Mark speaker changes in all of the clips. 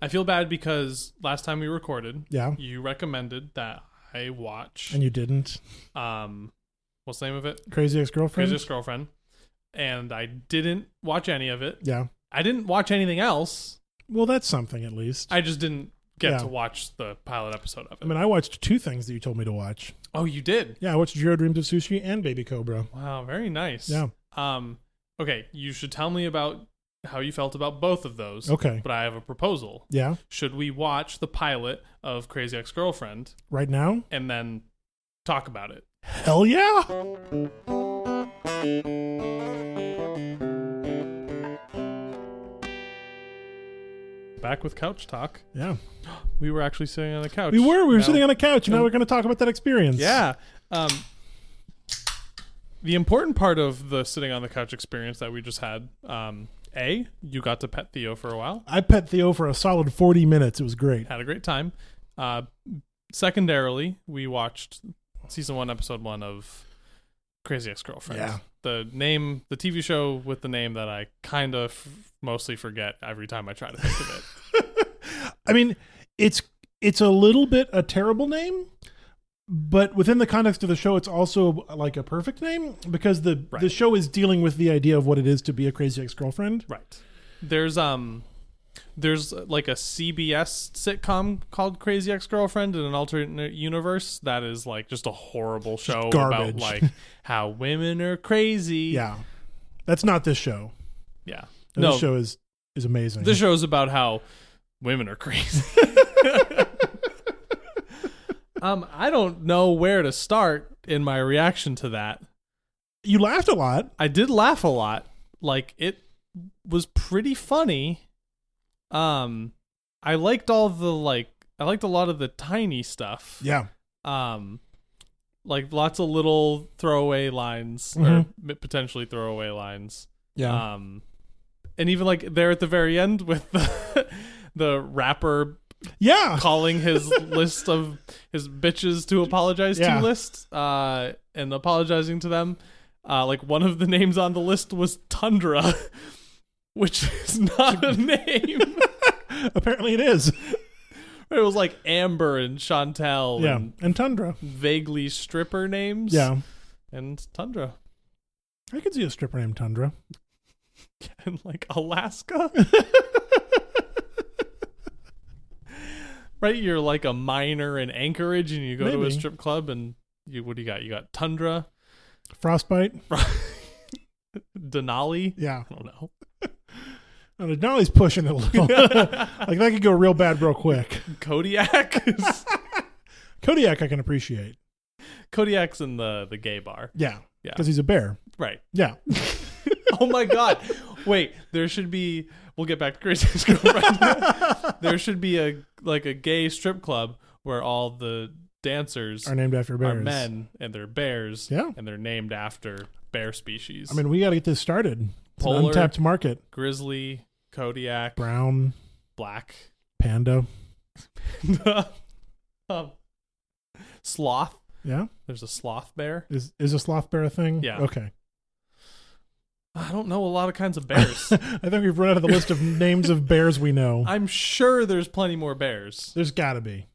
Speaker 1: I feel bad because last time we recorded,
Speaker 2: Yeah.
Speaker 1: you recommended that I watch
Speaker 2: And you didn't.
Speaker 1: um what's the name of it?
Speaker 2: Crazy ex girlfriend.
Speaker 1: Craziest Girlfriend. And I didn't watch any of it.
Speaker 2: Yeah.
Speaker 1: I didn't watch anything else.
Speaker 2: Well, that's something at least. I,
Speaker 1: I just didn't get
Speaker 2: Yeah.
Speaker 1: to watch the pilot episode of it.
Speaker 2: mean, I watched two things that you told me to watch.
Speaker 1: oh, you did.
Speaker 2: Yeah, I watched Jiro Dreams of Sushi and Baby Cobra.
Speaker 1: Wow, very nice.
Speaker 2: Yeah.
Speaker 1: Um okay, you should tell me about how you felt about both of those.
Speaker 2: Okay.
Speaker 1: But I have a proposal.
Speaker 2: Yeah.
Speaker 1: Should we watch the pilot of Crazy Ex-Girlfriend
Speaker 2: Right now?
Speaker 1: and then talk about it?
Speaker 2: Hell yeah.
Speaker 1: Back with couch talk.
Speaker 2: Yeah.
Speaker 1: We were actually sitting on the couch.
Speaker 2: We were. We were
Speaker 1: Now-
Speaker 2: sitting on a couch and now
Speaker 1: Um,
Speaker 2: we're going to talk about that experience.
Speaker 1: Yeah. Um, the important part of the sitting on the couch experience that we just had, um, a, you got to pet Theo for a while,
Speaker 2: I pet Theo for a solid 40 minutes. It was great.
Speaker 1: had a great time. Uh, secondarily, we watched season one, episode one of Crazy Ex-Girlfriend.
Speaker 2: Yeah.
Speaker 1: The name, the TV show with the name that I kind of f- mostly forget every time I try to think of it.
Speaker 2: I mean, it's it's a little bit a terrible name, but within the context of the show, it's also like a perfect name because the the
Speaker 1: Right.
Speaker 2: show is dealing with the idea of what it is to be a crazy ex girlfriend.
Speaker 1: Right. There's um there's uh, like a CBS sitcom called Crazy Ex-Girlfriend in an alternate universe that is like just a horrible show about
Speaker 2: garbage.
Speaker 1: like how women are crazy.
Speaker 2: Yeah, that's not this show.
Speaker 1: Yeah.
Speaker 2: This
Speaker 1: no.
Speaker 2: show is is amazing.
Speaker 1: This show's about how women are crazy. um I don't know where to start in my reaction to that.
Speaker 2: you laughed a lot.
Speaker 1: I did laugh a lot. Like it was pretty funny. Um I liked all the like I liked a lot of the tiny stuff.
Speaker 2: Yeah,
Speaker 1: Um like lots of little throwaway lines or
Speaker 2: Mhm.
Speaker 1: mi- potentially throwaway lines.
Speaker 2: yeah,
Speaker 1: Um and even like there at the very end with the the rapper
Speaker 2: yeah.
Speaker 1: calling his list of his bitches to apologize
Speaker 2: Yeah.
Speaker 1: to list uh, and apologizing to them. Uh, like one of the names on the list was Tundra, which is not a name.
Speaker 2: Apparently, it is.
Speaker 1: it was like Amber and Chantel
Speaker 2: Yeah,
Speaker 1: and
Speaker 2: and Tundra.
Speaker 1: vaguely stripper names.
Speaker 2: Yeah,
Speaker 1: And Tundra.
Speaker 2: I could see a stripper named Tundra.
Speaker 1: And like Alaska. right? You're like a miner in Anchorage and you go to a
Speaker 2: Maybe.
Speaker 1: strip club and you what do you got? You got Tundra.
Speaker 2: Frostbite.
Speaker 1: Denali.
Speaker 2: Yeah,
Speaker 1: I don't know.
Speaker 2: I don't know, now he's pushing it a little. like that could go real bad real quick.
Speaker 1: Kodiak. is-
Speaker 2: Kodiak, I can appreciate.
Speaker 1: Kodiak's in the the gay bar.
Speaker 2: Yeah,
Speaker 1: Yeah.
Speaker 2: because he's a bear.
Speaker 1: Right.
Speaker 2: Yeah.
Speaker 1: Oh my god. Wait, there should be we'll get back to Grace's girlfriend. there should be a like a gay strip club where all the dancers
Speaker 2: are
Speaker 1: are,
Speaker 2: named after bears.
Speaker 1: men and they're bears
Speaker 2: Yeah.
Speaker 1: and they're named after bear species.
Speaker 2: I mean, we got to get this started. It's an
Speaker 1: Polar.
Speaker 2: untapped market.
Speaker 1: grizzly, Kodiak,
Speaker 2: Brown
Speaker 1: black,
Speaker 2: panda.
Speaker 1: um, sloth.
Speaker 2: Yeah,
Speaker 1: There's a sloth bear.
Speaker 2: is is a sloth bear a thing?
Speaker 1: Yeah.
Speaker 2: Okay.
Speaker 1: I don't know a lot of kinds of bears.
Speaker 2: I think we've run out of the list of names of bears we know.
Speaker 1: I'm sure there's plenty more bears.
Speaker 2: There's got to be.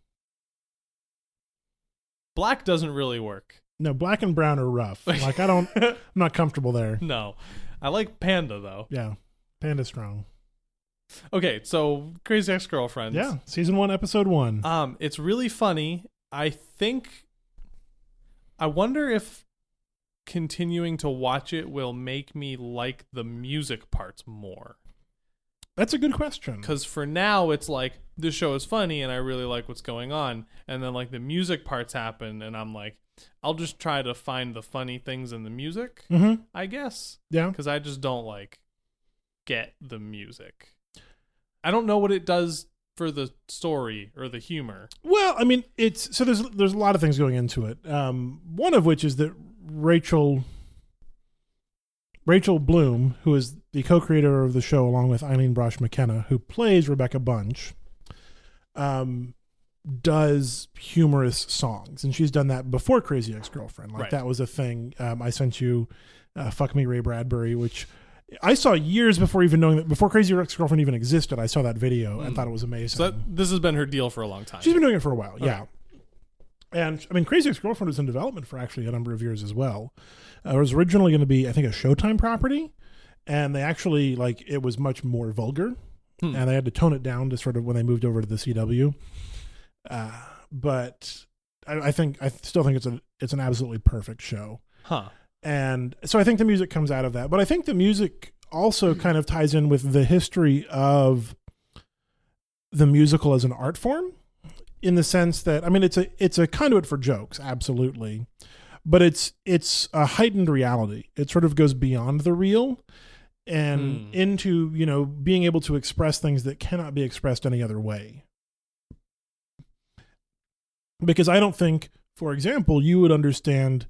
Speaker 1: Black doesn't really work.
Speaker 2: No, black and brown are rough. Like I don't, I'm not comfortable there.
Speaker 1: No. I like panda though.
Speaker 2: Yeah, panda strong.
Speaker 1: Okay, so Crazy Ex-Girlfriend.
Speaker 2: Yeah, season one, episode one.
Speaker 1: Um it's really funny. I think I wonder if continuing to watch it will make me like the music parts more.
Speaker 2: That's a good question.
Speaker 1: Cuz for now it's like this show is funny and I really like what's going on and then like the music parts happen and I'm like I'll just try to find the funny things in the music,
Speaker 2: hmm
Speaker 1: I guess.
Speaker 2: Yeah,
Speaker 1: because I just don't like get the music. I don't know what it does for the story or the humor.
Speaker 2: Well, I mean, it's so there's there's a lot of things going into it. Um, one of which is that Rachel Rachel Bloom, who is the co-creator of the show along with Eileen Brosh McKenna, who plays Rebecca Bunch, um, does humorous songs, and she's done that before Crazy Ex-Girlfriend. Like
Speaker 1: Right.
Speaker 2: that was a thing. Um, I sent you uh, "Fuck Me, Ray Bradbury," which I saw years before even knowing that before Crazy Ex Girlfriend even existed. I saw that video and
Speaker 1: Mm.
Speaker 2: thought it was amazing.
Speaker 1: So that, this has been her deal for a long time.
Speaker 2: She's been doing it for a while, yeah. And I mean, Crazy Ex-Girlfriend was in development for actually a number of years as well. Uh, it was originally going to be, I think, a Showtime property, and they actually like it was much more vulgar,
Speaker 1: Hmm.
Speaker 2: and they had to tone it down to sort of when they moved over to the CW. Uh, but I, I think I still think it's a it's an absolutely perfect show
Speaker 1: huh.
Speaker 2: and so I think the music comes out of that. But I think the music also kind of ties in with the history of the musical as an art form, in the sense that I mean it's a it's a conduit for jokes, absolutely, but it's it's a heightened reality. It sort of goes beyond the real and
Speaker 1: Hmm.
Speaker 2: into you know being able to express things that cannot be expressed any other way. Because I don't think, for example, you would understand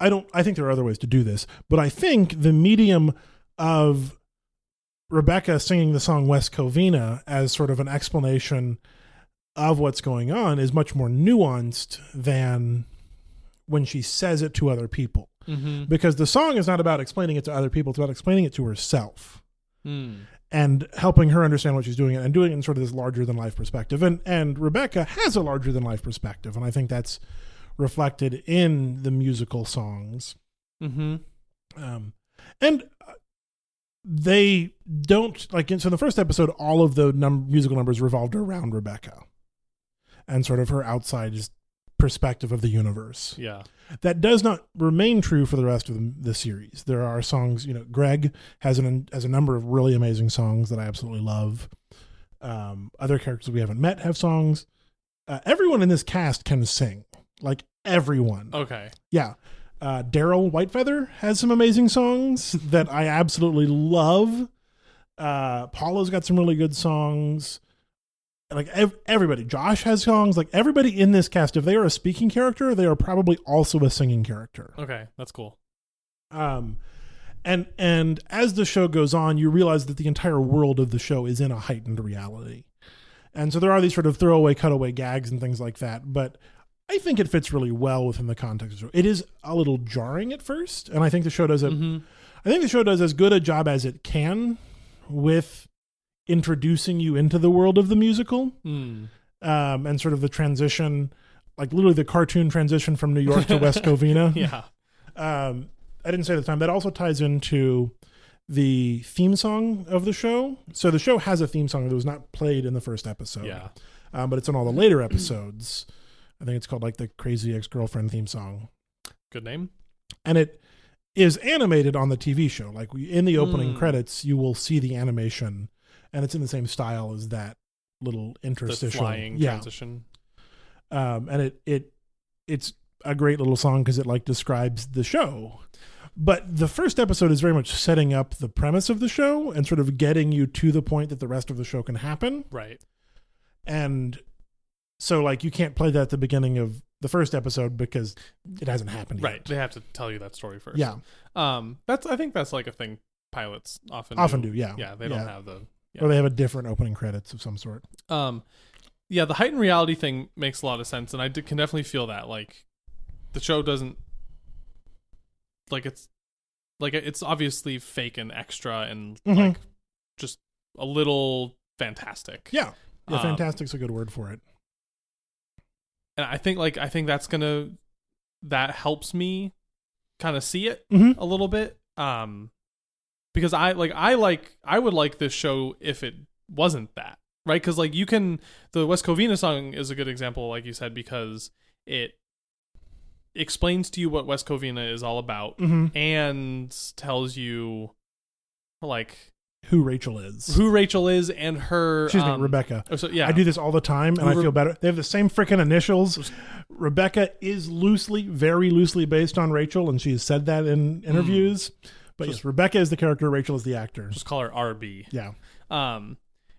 Speaker 2: I don't I think there are other ways to do this, but I think the medium of Rebecca singing the song West Covina as sort of an explanation of what's going on is much more nuanced than when she says it to other people.
Speaker 1: Mm-hmm.
Speaker 2: Because the song is not about explaining it to other people, it's about explaining it to herself
Speaker 1: Mm.
Speaker 2: Mm-hmm. and helping her understand what she's doing and doing it in sort of this larger than life perspective. And and Rebecca has a larger than life perspective, and I think that's reflected in the musical songs
Speaker 1: Mm-hmm.
Speaker 2: um, and uh, they don't like so in the first episode all of the num- musical numbers revolved around rebecca and sort of her outside perspective of the universe
Speaker 1: Yeah.
Speaker 2: that does not remain true for the rest of the, the series there are songs you know greg has an has a number of really amazing songs that i absolutely love um, other characters we haven't met have songs uh, everyone in this cast can sing like everyone
Speaker 1: Okay.
Speaker 2: yeah. Uh, Daryl Whitefeather has some amazing songs that I absolutely love. Uh, Paula's got some really good songs. Like ev- everybody, Josh has songs. Like everybody in this cast, if they are a speaking character, they are probably also a singing character.
Speaker 1: Okay. That's cool.
Speaker 2: Um, and and as the show goes on, you realize that the entire world of the show is in a heightened reality, and so there are these sort of throwaway, cutaway gags and things like that. But I think it fits really well within the context of the show. It is a little jarring at first, and I think the show does a I
Speaker 1: Mm-hmm.
Speaker 2: think the show does as good a job as it can with introducing you into the world of the musical
Speaker 1: Mm.
Speaker 2: um, and sort of the transition, like literally the cartoon transition from New York to West Covina
Speaker 1: Yeah.
Speaker 2: um, I didn't say at the time. That also ties into the theme song of the show. So the show has a theme song that was not played in the first episode.
Speaker 1: Yeah.
Speaker 2: Um, but it's in all the later episodes. I think it's called like the Crazy Ex Girlfriend theme song,
Speaker 1: Good name.
Speaker 2: and it is animated on the TV show. Like we, in the opening
Speaker 1: Hmm.
Speaker 2: credits, you will see the animation, and it's in the same style as that little
Speaker 1: The
Speaker 2: interstitial.
Speaker 1: flying
Speaker 2: yeah,
Speaker 1: transition.
Speaker 2: um, and it it it's a great little song because it like describes the show. But the first episode is very much setting up the premise of the show and sort of getting you to the point that the rest of the show can happen.
Speaker 1: Right.
Speaker 2: And so, like, you can't play that at the beginning of the first episode because it hasn't happened yet.
Speaker 1: Right. They have to tell you that story first.
Speaker 2: Yeah.
Speaker 1: Um. That's. I think that's like a thing pilots often
Speaker 2: Often do. Yeah.
Speaker 1: Yeah. They don't have the.
Speaker 2: Or they have a different opening credits of some sort.
Speaker 1: Um. Yeah. The heightened reality thing makes a lot of sense, and I d- can definitely feel that. Like, the show doesn't. Like it's, like it's obviously fake and extra and
Speaker 2: Mhm.
Speaker 1: like, just a little fantastic.
Speaker 2: Yeah. Yeah.
Speaker 1: Um,
Speaker 2: Fantastic's a good word for it.
Speaker 1: and I think like I think that's gonna that helps me kind of see it
Speaker 2: Mm-hmm.
Speaker 1: a little bit. Um because I like I like I would like this show if it wasn't that. Right? Cuz like you can the West Covina song is a good example like you said because it explains to you what West Covina is all about
Speaker 2: Mm-hmm.
Speaker 1: and tells you like
Speaker 2: Who Rachel is.
Speaker 1: who Rachel is and her
Speaker 2: Excuse
Speaker 1: um,
Speaker 2: me, Rebecca.
Speaker 1: Oh, so yeah.
Speaker 2: I do this all the time, and I
Speaker 1: Re-
Speaker 2: feel better. They have the same freaking initials. Rebecca is loosely, very loosely based on Rachel, and she has said that in interviews. But yes, Rebecca is the character, Rachel is the actor.
Speaker 1: just call her RB.
Speaker 2: Yeah,
Speaker 1: um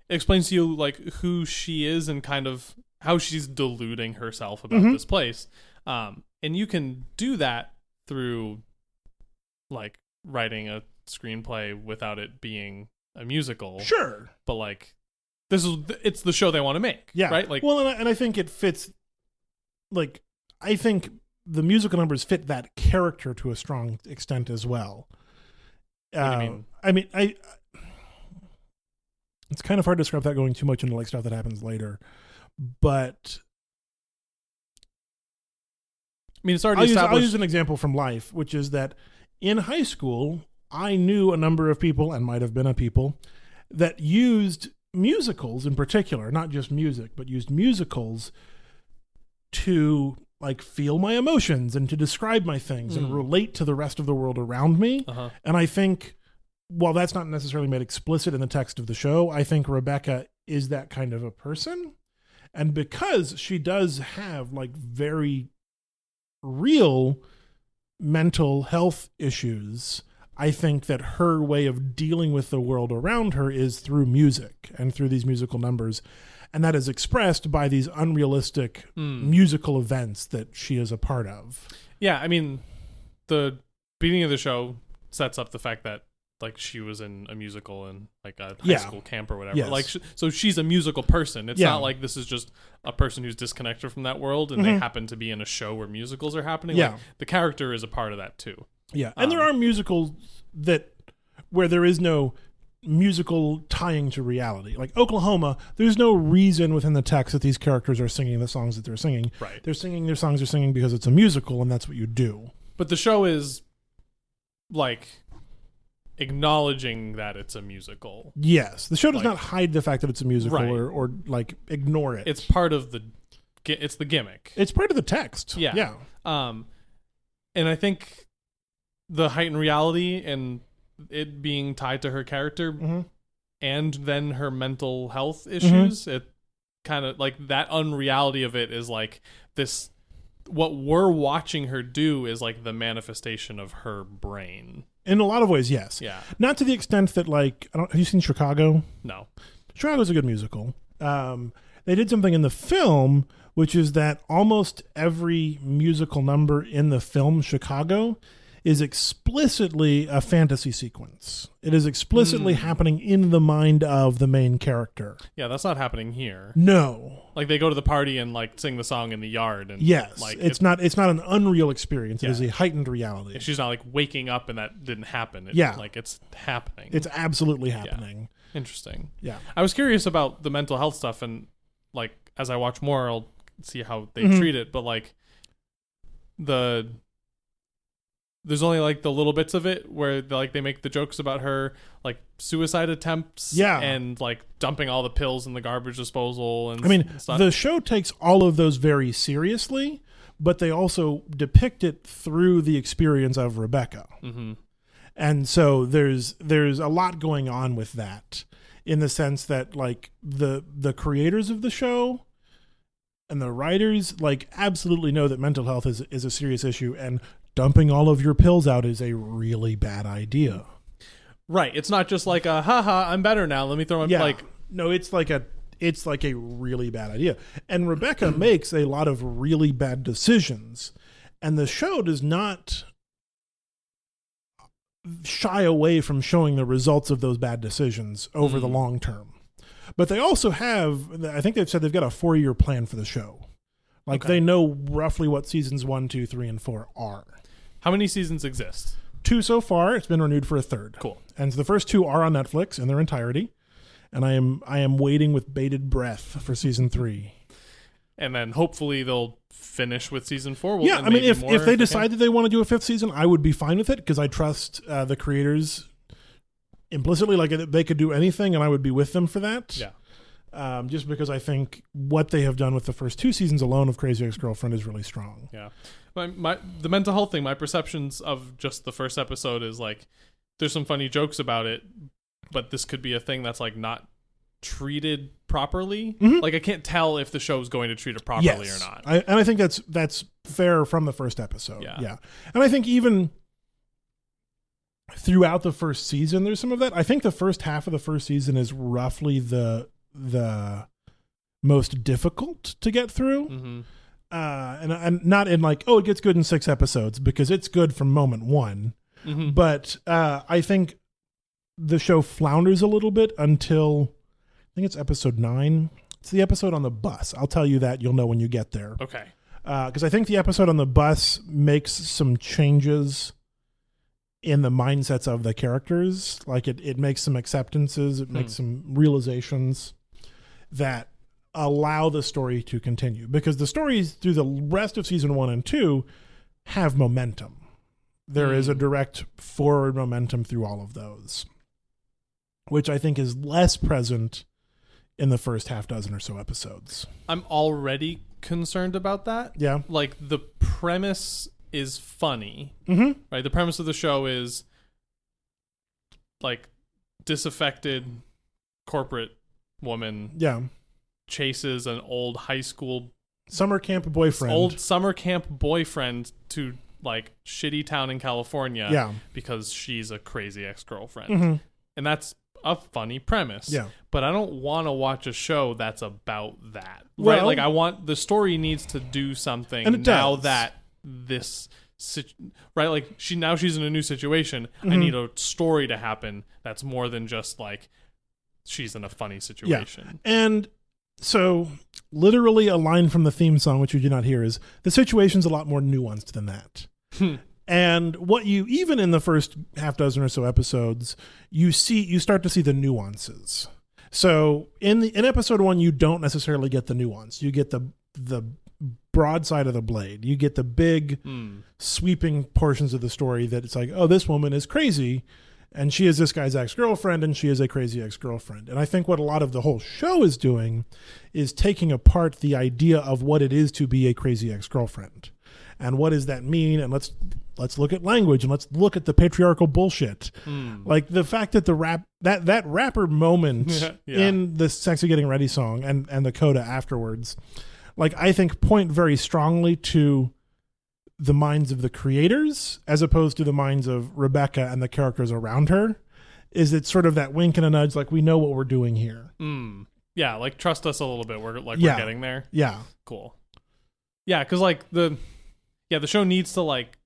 Speaker 1: it explains to you like who she is and kind of how she's deluding herself about
Speaker 2: Mhm.
Speaker 1: this place um and you can do that through like writing a screenplay without it being a musical
Speaker 2: sure.
Speaker 1: but like this is it's the show they want to make
Speaker 2: Yeah,
Speaker 1: right like
Speaker 2: well, and I, and I think it fits. Like, I think the musical numbers fit that character to a strong extent as well.
Speaker 1: do you
Speaker 2: uh,
Speaker 1: mean?
Speaker 2: I mean, I. It's kind of hard to describe that going too much into like stuff that happens later, but
Speaker 1: I mean, it's already
Speaker 2: I'll use, I'll
Speaker 1: established.
Speaker 2: use an example from life, which is that in high school, I knew a number of people and might have been a people that used musicals in particular, not just music, but used musicals to like feel my emotions and to describe my things and
Speaker 1: Mm.
Speaker 2: relate to the rest of the world around me.
Speaker 1: uh-huh.
Speaker 2: And I think, while that's not necessarily made explicit in the text of the show, I think Rebecca is that kind of a person. And because she does have like very real mental health issues, I think that her way of dealing with the world around her is through music and through these musical numbers. And that is expressed by these unrealistic
Speaker 1: Hmm.
Speaker 2: musical events that she is a part of.
Speaker 1: Yeah, I mean, the beginning of the show sets up the fact that like she was in a musical and like a high
Speaker 2: Yeah.
Speaker 1: school camp or whatever.
Speaker 2: Yes.
Speaker 1: Like, sh- so she's a musical person. It's
Speaker 2: Yeah.
Speaker 1: not like this is just a person who's disconnected from that world and they
Speaker 2: Mhm.
Speaker 1: happen to be in a show where musicals are happening.
Speaker 2: Yeah.
Speaker 1: Like, the character is a part of that too.
Speaker 2: Yeah, and there
Speaker 1: Um,
Speaker 2: are musicals that where there is no musical tying to reality. Like Oklahoma, there's no reason within the text that these characters are singing the songs that they're singing.
Speaker 1: Right.
Speaker 2: They're singing their songs they're singing because it's a musical and that's what you do.
Speaker 1: But the show is like acknowledging that it's a musical.
Speaker 2: Yes, the show does
Speaker 1: Like-
Speaker 2: not hide the fact that it's a musical
Speaker 1: Right.
Speaker 2: or, or like ignore it.
Speaker 1: It's part of the gi- it's the gimmick.
Speaker 2: it's part of the text.
Speaker 1: Yeah.
Speaker 2: yeah,
Speaker 1: Um, and I think the heightened reality and it being tied to her character
Speaker 2: Mhm.
Speaker 1: and then her mental health
Speaker 2: Mm-hmm.
Speaker 1: issues, it kind of like that unreality of it is like this. What we're watching her do is like the manifestation of her brain.
Speaker 2: in a lot of ways, yes.
Speaker 1: Yeah.
Speaker 2: Not to the extent that like I don't, have you seen Chicago?
Speaker 1: No.
Speaker 2: Chicago's a good musical. Um, they did something in the film, which is that almost every musical number in the film Chicago is explicitly a fantasy sequence. It is explicitly
Speaker 1: Hmm.
Speaker 2: happening in the mind of the main character.
Speaker 1: Yeah, that's not happening here.
Speaker 2: No.
Speaker 1: Like they go to the party and like sing the song in the yard and
Speaker 2: Yes.
Speaker 1: like
Speaker 2: it's
Speaker 1: it-
Speaker 2: not it's not an unreal experience. It is
Speaker 1: Yeah.
Speaker 2: a heightened reality.
Speaker 1: she's not like waking up and that didn't happen. It-
Speaker 2: Yeah.
Speaker 1: like it's happening.
Speaker 2: It's absolutely happening.
Speaker 1: interesting.
Speaker 2: Yeah.
Speaker 1: I was curious about the mental health stuff, and like as I watch more, I'll see how they
Speaker 2: Mhm.
Speaker 1: treat it. But like the there's only like the little bits of it where they, like they make the jokes about her like suicide attempts,
Speaker 2: Yeah.
Speaker 1: and like dumping all the pills in the garbage disposal, and
Speaker 2: I mean,
Speaker 1: s- stuff.
Speaker 2: the show takes all of those very seriously, but they also depict it through the experience of Rebecca.
Speaker 1: hmm
Speaker 2: and so there's there's a lot going on with that in the sense that like the the creators of the show and the writers like absolutely know that mental health is is a serious issue and dumping all of your pills out is a really bad idea
Speaker 1: right. It's not just like a haha, I'm better now. Let me throw my
Speaker 2: yeah
Speaker 1: like
Speaker 2: like no it's like a it's like a really bad idea and rebecca makes a lot of really bad decisions and the show does not shy away from showing the results of those bad decisions over the
Speaker 1: Mm.
Speaker 2: long term but they also have i think they've said they've got a four year plan for the show like
Speaker 1: Okay.
Speaker 2: they know roughly what seasons one two three and four are
Speaker 1: how many seasons exist?
Speaker 2: two so far. It's been renewed for a third.
Speaker 1: Cool.
Speaker 2: And the first two are on Netflix in their entirety. And I am I am waiting with bated breath for season three.
Speaker 1: And then hopefully they'll finish with season four. We'll-
Speaker 2: yeah,
Speaker 1: and
Speaker 2: I mean,
Speaker 1: maybe
Speaker 2: if,
Speaker 1: more
Speaker 2: if they
Speaker 1: can.
Speaker 2: decide that they want to do a fifth season, I would be fine with it because I trust uh, the creators implicitly. Like they could do anything, and I would be with them for that.
Speaker 1: yeah.
Speaker 2: Um, just because I think what they have done with the first two seasons alone of Crazy Ex-Girlfriend is really strong.
Speaker 1: Yeah. My, my the mental health thing, my perceptions of just the first episode is like there's some funny jokes about it, but this could be a thing that's like not treated properly.
Speaker 2: Mhm.
Speaker 1: Like I can't tell if the show's going to treat it properly
Speaker 2: yes.
Speaker 1: or not.
Speaker 2: I, and I think that's that's fair from the first episode.
Speaker 1: Yeah.
Speaker 2: yeah. And I think even throughout the first season, there's some of that. I think the first half of the first season is roughly the the most difficult to get through.
Speaker 1: hmm
Speaker 2: Uh, and and not in like oh it gets good in six episodes because it's good from moment one.
Speaker 1: hmm
Speaker 2: But uh, I think the show flounders a little bit until I think it's episode nine. It's the episode on the bus. I'll tell you that. You'll know when you get there
Speaker 1: okay.
Speaker 2: Uh, because I think the episode on the bus makes some changes in the mindsets of the characters. Like it, it makes some acceptances, it makes some realizations that allow the story to continue because the stories through the rest of season one and two have momentum. There is a direct forward momentum through all of those, which I think is less present in the first half dozen or so episodes.
Speaker 1: I'm already concerned about that.
Speaker 2: Yeah.
Speaker 1: Like the premise is funny,
Speaker 2: Mm-hmm.
Speaker 1: right? The premise of the show is like disaffected corporate woman
Speaker 2: Yeah.
Speaker 1: chases an old high school
Speaker 2: Summer camp boyfriend.
Speaker 1: old summer camp boyfriend to like shitty town in California
Speaker 2: Yeah.
Speaker 1: because she's a crazy ex-girlfriend.
Speaker 2: Mhm.
Speaker 1: And that's a funny premise.
Speaker 2: Yeah.
Speaker 1: But I don't want to watch a show that's about that. right?
Speaker 2: Well-
Speaker 1: Like I want the story needs to do something
Speaker 2: And it
Speaker 1: now
Speaker 2: does.
Speaker 1: that this sit- right like she now she's in a new situation.
Speaker 2: Mm-hmm.
Speaker 1: I need a story to happen that's more than just like she's in a funny situation.
Speaker 2: And so, literally, a line from the theme song, which you do not hear, is the situation's a lot more nuanced than that.
Speaker 1: Hmm.
Speaker 2: and what you, even in the first half dozen or so episodes, you see, you start to see the nuances. So in the, in episode one, you don't necessarily get the nuance. You get the the broadside of the blade. You get the big
Speaker 1: Hmm.
Speaker 2: sweeping portions of the story that it's like, oh, this woman is crazy, and she is this guy's ex girlfriend, and she is a crazy ex girlfriend. And I think what a lot of the whole show is doing is taking apart the idea of what it is to be a crazy ex girlfriend, and what does that mean, and let's let's look at language and let's look at the patriarchal bullshit, like the fact that the rap that that rapper moment
Speaker 1: Yeah.
Speaker 2: in the "Sexy Getting Ready" song and and the coda afterwards. Like I think point very strongly to the minds of the creators as opposed to the minds of Rebecca and the characters around her is it's sort of that wink and a nudge like we know what we're doing here.
Speaker 1: Mm. Yeah, like trust us a little bit. We're like
Speaker 2: Yeah.
Speaker 1: we're getting there.
Speaker 2: Yeah.
Speaker 1: Cool. Yeah, because like the yeah the show needs to like,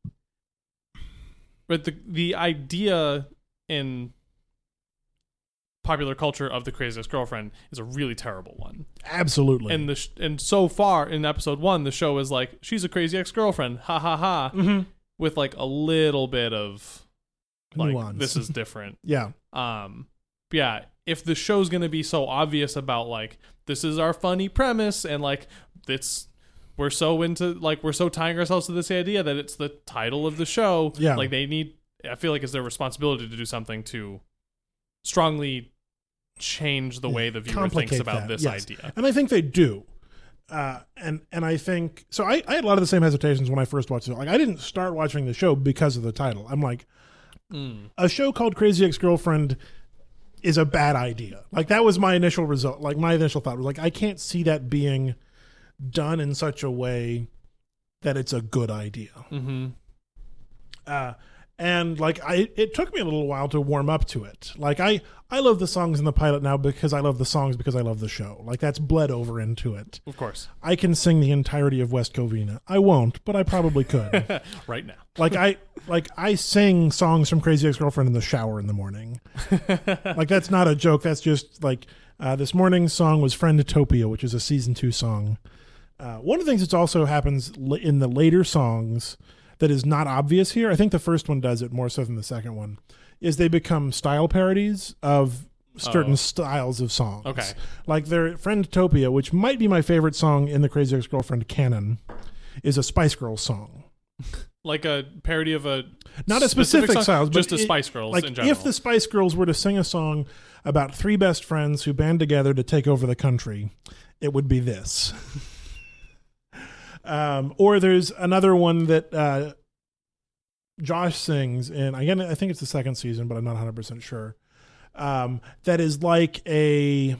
Speaker 1: but the the idea in popular culture of the craziest girlfriend is a really terrible one.
Speaker 2: Absolutely.
Speaker 1: And the sh- and so far in episode one, the show is like she's a crazy ex girlfriend, ha ha ha,
Speaker 2: Mhm.
Speaker 1: with like a little bit of like
Speaker 2: Nuance.
Speaker 1: this is different.
Speaker 2: yeah.
Speaker 1: Um, but yeah, if the show's going to be so obvious about like this is our funny premise and like it's we're so into like we're so tying ourselves to this idea that it's the title of the show.
Speaker 2: Yeah.
Speaker 1: like they need. I feel like it's their responsibility to do something to strongly change the way the viewer thinks
Speaker 2: Complicate
Speaker 1: about
Speaker 2: that,
Speaker 1: this
Speaker 2: yes.
Speaker 1: idea.
Speaker 2: And I think they do. Uh, and and I think so. I, I had a lot of the same hesitations when I first watched it. Like I didn't start watching the show because of the title. I'm like,
Speaker 1: Hmm.
Speaker 2: a show called Crazy Ex Girlfriend is a bad idea. Like that was my initial result. Like my initial thought was like, I can't see that being done in such a way that it's a good idea.
Speaker 1: Mm-hmm.
Speaker 2: Uh, and like I, it took me a little while to warm up to it. Like I, I love the songs in the pilot now because I love the songs because I love the show. Like that's bled over into it.
Speaker 1: Of course,
Speaker 2: I can sing the entirety of West Covina. I won't, but I probably could.
Speaker 1: right now.
Speaker 2: like I like I sing songs from Crazy Ex-Girlfriend in the shower in the morning. like that's not a joke. That's just like uh, this morning's song was Friendtopia, which is a season two song. Uh, one of the things that's also happens l- in the later songs that is not obvious here. I think the first one does it more so than the second one. Is they become style parodies of certain
Speaker 1: Oh.
Speaker 2: styles of songs.
Speaker 1: Okay.
Speaker 2: Like their Friendtopia, which might be my favorite song in the Crazy Ex-Girlfriend canon, is a Spice Girls song.
Speaker 1: Like a parody of a
Speaker 2: Not a specific
Speaker 1: song,
Speaker 2: style, but
Speaker 1: just the
Speaker 2: it-
Speaker 1: Spice Girls
Speaker 2: like
Speaker 1: in general.
Speaker 2: if the Spice Girls were to sing a song about three best friends who band together to take over the country, it would be this. um, or there's another one that uh, Josh sings in. Again, I think it's the second season, but I'm not 100 percent sure. Um, that is like a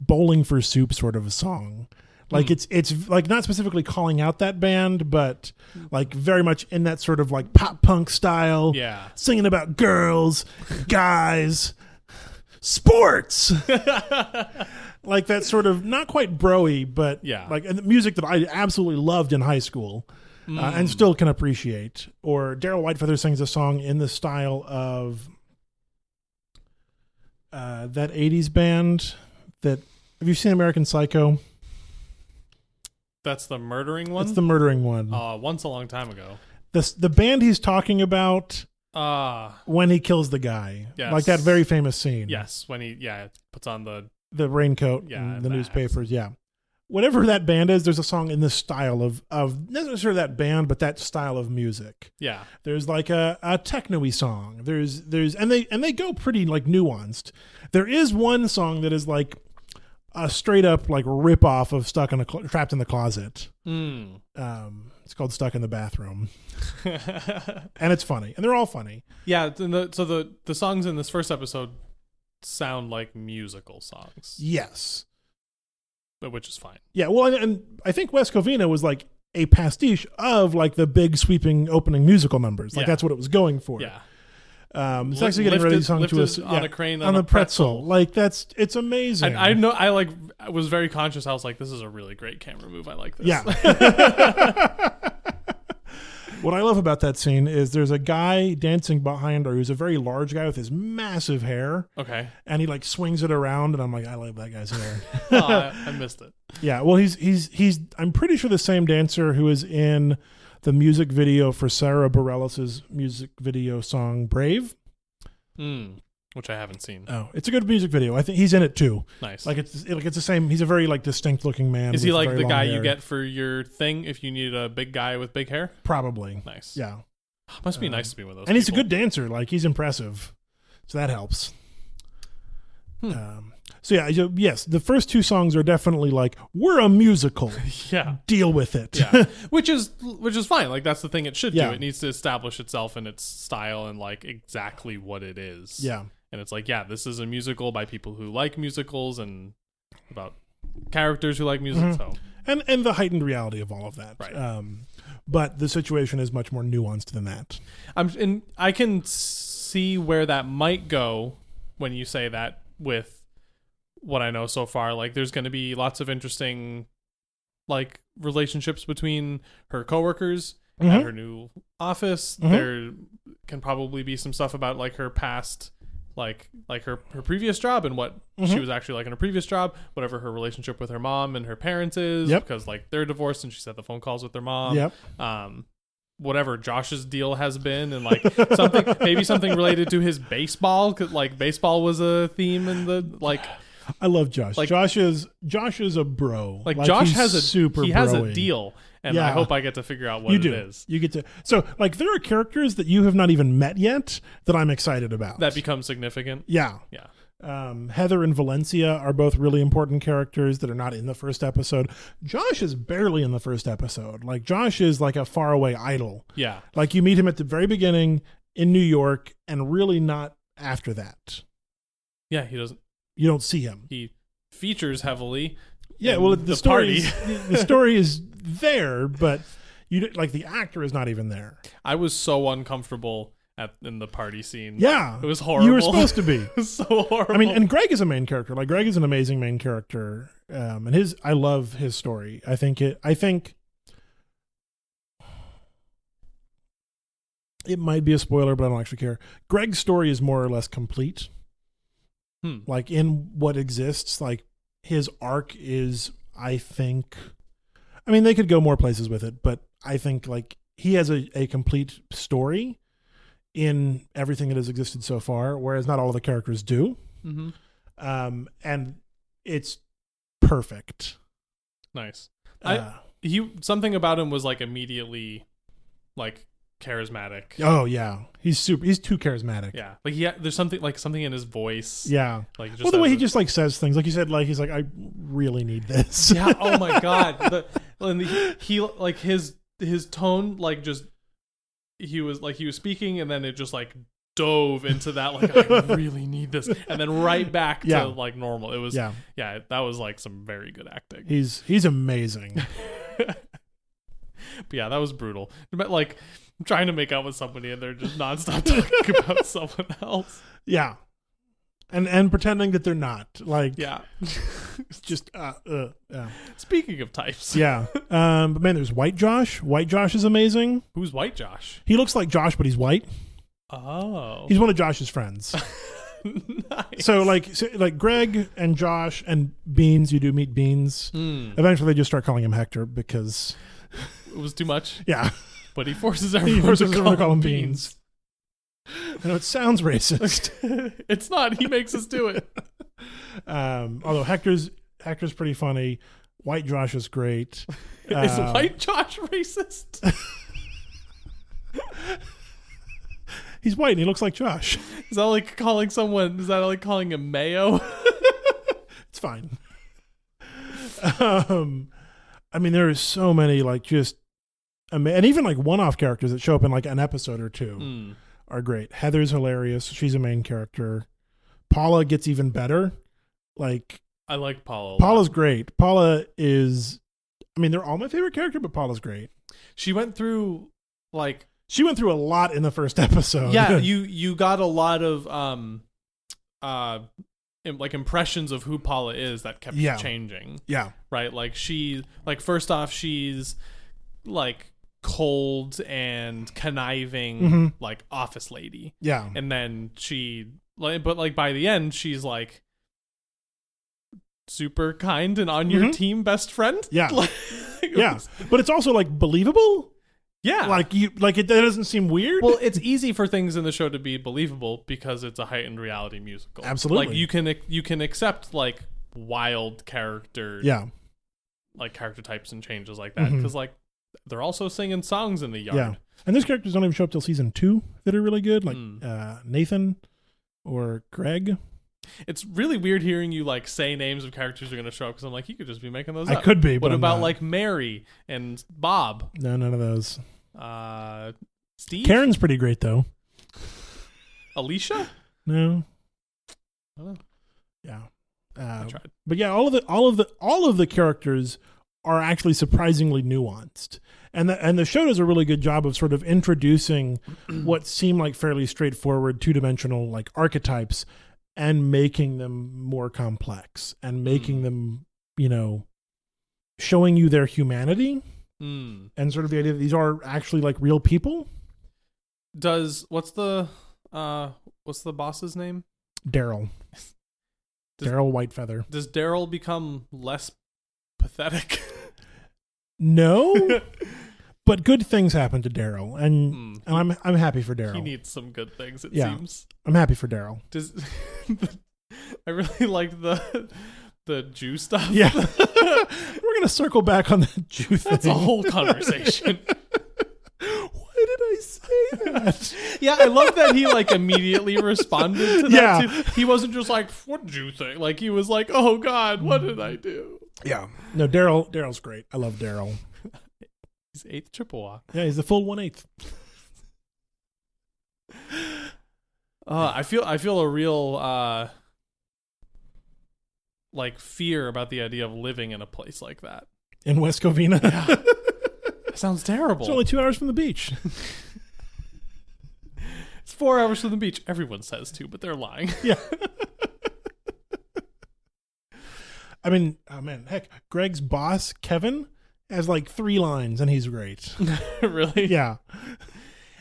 Speaker 2: bowling for soup sort of a song. Like
Speaker 1: Hmm.
Speaker 2: it's it's like not specifically calling out that band, but like very much in that sort of like pop punk style
Speaker 1: Hmm. yeah,
Speaker 2: singing about girls, guys, sports. Uh, like that sort of not quite broy, but
Speaker 1: Yeah.
Speaker 2: like and the music that I absolutely loved in high school
Speaker 1: Mm.
Speaker 2: uh, and still can appreciate. Or Daryl Whitefeather sings a song in the style of uh, that 80s band that. Have you seen American Psycho?
Speaker 1: that's the murdering one. Oh.
Speaker 2: That's the murdering one.
Speaker 1: uh, once a long time ago.
Speaker 2: the the band he's talking about
Speaker 1: Ah,
Speaker 2: when he kills the guy,
Speaker 1: Yes.
Speaker 2: like that very famous scene.
Speaker 1: yes. When he yeah puts on the
Speaker 2: the raincoat,
Speaker 1: Yeah,
Speaker 2: and the
Speaker 1: that.
Speaker 2: newspapers, yeah. Whatever that band is, there's a song in this style of of not necessarily that band, but that style of music.
Speaker 1: yeah
Speaker 2: There's like a, a techno-y song. There's there's and they and they go pretty like nuanced. There is one song that is like a straight up like rip off of Stuck in a Clo- Trapped in the Closet.
Speaker 1: mm.
Speaker 2: Um, it's called Stuck in the Bathroom, and it's funny, and they're all funny.
Speaker 1: yeah. th- the- so the the songs in this first episode sound like musical songs,
Speaker 2: Yes,
Speaker 1: but which is fine.
Speaker 2: yeah. Well, and, and I think West Covina was like a pastiche of like the big sweeping opening musical numbers. Like
Speaker 1: Yeah.
Speaker 2: that's what it was going for.
Speaker 1: Yeah,
Speaker 2: Um, it's
Speaker 1: Li-
Speaker 2: actually getting ready
Speaker 1: lifted-
Speaker 2: to song to
Speaker 1: lifted
Speaker 2: us
Speaker 1: on a crane
Speaker 2: on,
Speaker 1: on a
Speaker 2: the pretzel. Like that's it's amazing.
Speaker 1: I, I know. I like I was very conscious. I was like, this is a really great camera move. I like this.
Speaker 2: Yeah. what I love about that scene is there's a guy dancing behind her who's a very large guy with his massive hair,
Speaker 1: okay.
Speaker 2: and he like swings it around, and I'm like, I love that guy's hair.
Speaker 1: Oh, I, I missed it.
Speaker 2: yeah, well, he's he's he's I'm pretty sure the same dancer who is in the music video for Sarah Bareilles' music video song Brave.
Speaker 1: Mm. Which I haven't seen.
Speaker 2: Oh, it's a good music video. I think he's in it too.
Speaker 1: Nice.
Speaker 2: Like it's like it's the same. He's a very like distinct looking man.
Speaker 1: is he
Speaker 2: with
Speaker 1: like
Speaker 2: very
Speaker 1: the
Speaker 2: long
Speaker 1: guy you
Speaker 2: hair.
Speaker 1: get for your thing if you need a big guy with big hair?
Speaker 2: Probably.
Speaker 1: Nice.
Speaker 2: Yeah.
Speaker 1: Must be
Speaker 2: Um,
Speaker 1: nice to be one of those.
Speaker 2: and he's a
Speaker 1: people.
Speaker 2: good dancer. Like he's impressive, so that helps.
Speaker 1: Hmm.
Speaker 2: Um, so yeah, you- yes, the first two songs are definitely like we're a musical.
Speaker 1: Yeah.
Speaker 2: Deal with it.
Speaker 1: Yeah. which is which is fine. Like that's the thing it should
Speaker 2: Yeah.
Speaker 1: do. It needs to establish itself and its style and like exactly what it is.
Speaker 2: Yeah.
Speaker 1: And it's like, yeah, this is a musical by people who like musicals and about characters who like music. So
Speaker 2: and and the heightened reality of all of that.
Speaker 1: Right.
Speaker 2: Um, but the situation is much more nuanced than that.
Speaker 1: I'm and I can see where that might go when you say that with what I know so far. Like there's going to be lots of interesting like relationships between her coworkers at
Speaker 2: Mhm.
Speaker 1: her new office.
Speaker 2: Mhm.
Speaker 1: There can probably be some stuff about like her past like like her her previous job and what she
Speaker 2: Mhm.
Speaker 1: was actually like in her previous job, whatever her relationship with her mom and her parents is
Speaker 2: Yep.
Speaker 1: because like they're divorced and she's had the phone calls with their mom
Speaker 2: yep.
Speaker 1: um whatever Josh's deal has been and like something maybe something related to his baseball 'cause, like baseball was a theme in the like
Speaker 2: I love Josh.
Speaker 1: like-
Speaker 2: Josh is Josh is a bro.
Speaker 1: like, Josh
Speaker 2: he's
Speaker 1: has a
Speaker 2: super.
Speaker 1: he has a
Speaker 2: bro-y.
Speaker 1: deal and I
Speaker 2: Yeah.
Speaker 1: hope I get to figure out what
Speaker 2: You
Speaker 1: it
Speaker 2: do.
Speaker 1: is.
Speaker 2: You get to. So like there are characters that you have not even met yet that I'm excited about.
Speaker 1: That becomes significant.
Speaker 2: yeah.
Speaker 1: Yeah.
Speaker 2: Um, Heather and Valencia are both really important characters that are not in the first episode. Josh is barely in the first episode. Like Josh is like a faraway idol.
Speaker 1: Yeah.
Speaker 2: Like you meet him at the very beginning in New York, and really not after that.
Speaker 1: Yeah, he doesn't
Speaker 2: You don't see him.
Speaker 1: he features heavily.
Speaker 2: Yeah.
Speaker 1: in
Speaker 2: Well, the,
Speaker 1: the
Speaker 2: story
Speaker 1: party.
Speaker 2: is- the story is there, but you don't- like the actor is not even there.
Speaker 1: I was so uncomfortable at in the party scene.
Speaker 2: Yeah,
Speaker 1: It was horrible.
Speaker 2: You were supposed to be.
Speaker 1: it was so horrible.
Speaker 2: I mean, and Greg is a main character. Like Greg is an amazing main character, um, and his I love his story. I think it. I think it might be a spoiler, but I don't actually care. Greg's story is more or less complete.
Speaker 1: Hmm.
Speaker 2: Like in what exists, like his arc is. I think. I mean, they could go more places with it, but I think like he has a, a complete story in everything that has existed so far, whereas not all of the characters do
Speaker 1: Mhm.
Speaker 2: um, and it's perfect.
Speaker 1: nice. I-
Speaker 2: Uh,
Speaker 1: he something about him was like immediately like charismatic.
Speaker 2: oh yeah, he's super. He's too charismatic.
Speaker 1: Yeah, like yeah, there's something like something in his voice.
Speaker 2: Yeah.
Speaker 1: like just
Speaker 2: well, the way he
Speaker 1: has
Speaker 2: just like says things, like you said, like he's like, I really need this.
Speaker 1: a- yeah. Oh my god, the, and the, he like his his tone like just he was like he was speaking and then it just like dove into that like I really need this and then right back to
Speaker 2: Yeah.
Speaker 1: like normal. It was yeah.
Speaker 2: yeah.
Speaker 1: that was like some very good acting.
Speaker 2: He's he's amazing.
Speaker 1: but yeah, that was brutal. But like I'm trying to make out with somebody and they're just nonstop talking about someone else.
Speaker 2: yeah. And and pretending that they're not like
Speaker 1: Yeah.
Speaker 2: just uh, uh yeah.
Speaker 1: Speaking of types,
Speaker 2: yeah. Um, but man, there's White Josh. White Josh is amazing.
Speaker 1: who's White Josh?
Speaker 2: He looks like Josh, but he's white.
Speaker 1: Oh,
Speaker 2: He's one of Josh's friends.
Speaker 1: nice.
Speaker 2: so like so, like Greg and Josh and Beans, you do meet Beans.
Speaker 1: Mm,
Speaker 2: Eventually, they just start calling him Hector because,
Speaker 1: it was too much.
Speaker 2: yeah,
Speaker 1: but he forces
Speaker 2: He
Speaker 1: everyone,
Speaker 2: forces
Speaker 1: to, call
Speaker 2: everyone to call
Speaker 1: him
Speaker 2: him beans. I know it sounds racist.
Speaker 1: beans. it's not. He makes us do it.
Speaker 2: Um, although Hector's Hector's pretty funny. White Josh is great.
Speaker 1: Is
Speaker 2: Um,
Speaker 1: white Josh racist?
Speaker 2: He's white and he looks like Josh.
Speaker 1: Is that like calling someone? Is that like calling him mayo?
Speaker 2: It's fine. um, I mean, there is so many like just, ama- and even like one-off characters that show up in like an episode or two
Speaker 1: Hmm.
Speaker 2: are great. Heather's hilarious. She's a main character. Paula gets even better. Like
Speaker 1: I like Paula. a lot.
Speaker 2: Paula's great. Paula is, I mean, they're all my favorite character, but Paula's great.
Speaker 1: She went through like
Speaker 2: She went through a lot in the first episode.
Speaker 1: yeah. You you got a lot of um, uh, im- like impressions of who Paula is that kept
Speaker 2: Yeah.
Speaker 1: changing.
Speaker 2: yeah,
Speaker 1: right? Like she like first off she's like cold and conniving
Speaker 2: Mhm.
Speaker 1: like office lady.
Speaker 2: yeah.
Speaker 1: And then she like but like by the end she's like super kind and on your
Speaker 2: Mhm.
Speaker 1: team best friend.
Speaker 2: Yeah.
Speaker 1: Like, it
Speaker 2: yeah,
Speaker 1: was-
Speaker 2: but it's also like believable.
Speaker 1: Yeah.
Speaker 2: Like you, like it, that doesn't seem weird.
Speaker 1: well, it's easy for things in the show to be believable because it's a heightened reality musical. Like
Speaker 2: Absolutely.
Speaker 1: you can you can accept like wild character
Speaker 2: yeah,
Speaker 1: like character types and changes like that
Speaker 2: Mhm.
Speaker 1: because like they're also singing songs in the yard.
Speaker 2: yeah. And those characters don't even show up till season two that are really good, like
Speaker 1: Mm.
Speaker 2: uh, Nathan or Greg.
Speaker 1: It's really weird hearing you like say names of characters who are going to show up because I'm like you could just be making those
Speaker 2: I
Speaker 1: up.
Speaker 2: could be, but
Speaker 1: What
Speaker 2: I'm
Speaker 1: about
Speaker 2: not.
Speaker 1: like Mary and Bob,
Speaker 2: no, none of those.
Speaker 1: uh, Steve,
Speaker 2: Karen's pretty great though.
Speaker 1: Alicia?
Speaker 2: No,
Speaker 1: I don't know.
Speaker 2: yeah.
Speaker 1: I
Speaker 2: Uh,
Speaker 1: tried.
Speaker 2: but yeah, all of the all of the all of the characters are actually surprisingly nuanced. And the, and the show does a really good job of sort of introducing what seem like fairly straightforward two-dimensional like archetypes and making them more complex and
Speaker 1: Mm.
Speaker 2: making them, you know, showing you their humanity
Speaker 1: Mm.
Speaker 2: and sort of the idea that these are actually like real people.
Speaker 1: Does what's the uh what's the boss's name?
Speaker 2: Daryl.
Speaker 1: Does-
Speaker 2: Daryl Whitefeather.
Speaker 1: Does Daryl become less pathetic?
Speaker 2: No, but good things happen to Daryl and
Speaker 1: Hmm.
Speaker 2: and I'm I'm happy for Daryl.
Speaker 1: He needs some good things. It
Speaker 2: Yeah.
Speaker 1: seems.
Speaker 2: I'm happy for Daryl.
Speaker 1: Does I really liked the the Jew stuff?
Speaker 2: Yeah. We're gonna circle back on that Jew thing.
Speaker 1: that's a whole conversation.
Speaker 2: Why did I say that?
Speaker 1: yeah, I love that he like immediately responded to that.
Speaker 2: Yeah.
Speaker 1: too. he wasn't just like, "What Jew thing?" Like he was like, "Oh God, what did I do?"
Speaker 2: yeah. No, Daryl. Daryl's great. I love Daryl.
Speaker 1: He's eighth Chippewa.
Speaker 2: Yeah, he's the full one eighth.
Speaker 1: Uh, I feel I feel a real uh like fear about the idea of living in a place like that.
Speaker 2: in West Covina.
Speaker 1: It sounds terrible.
Speaker 2: it's only two hours from the beach.
Speaker 1: it's four hours from the beach. Everyone says to, but they're lying.
Speaker 2: yeah. I mean, oh man, heck, Greg's boss Kevin has like three lines, and he's great.
Speaker 1: really?
Speaker 2: Yeah,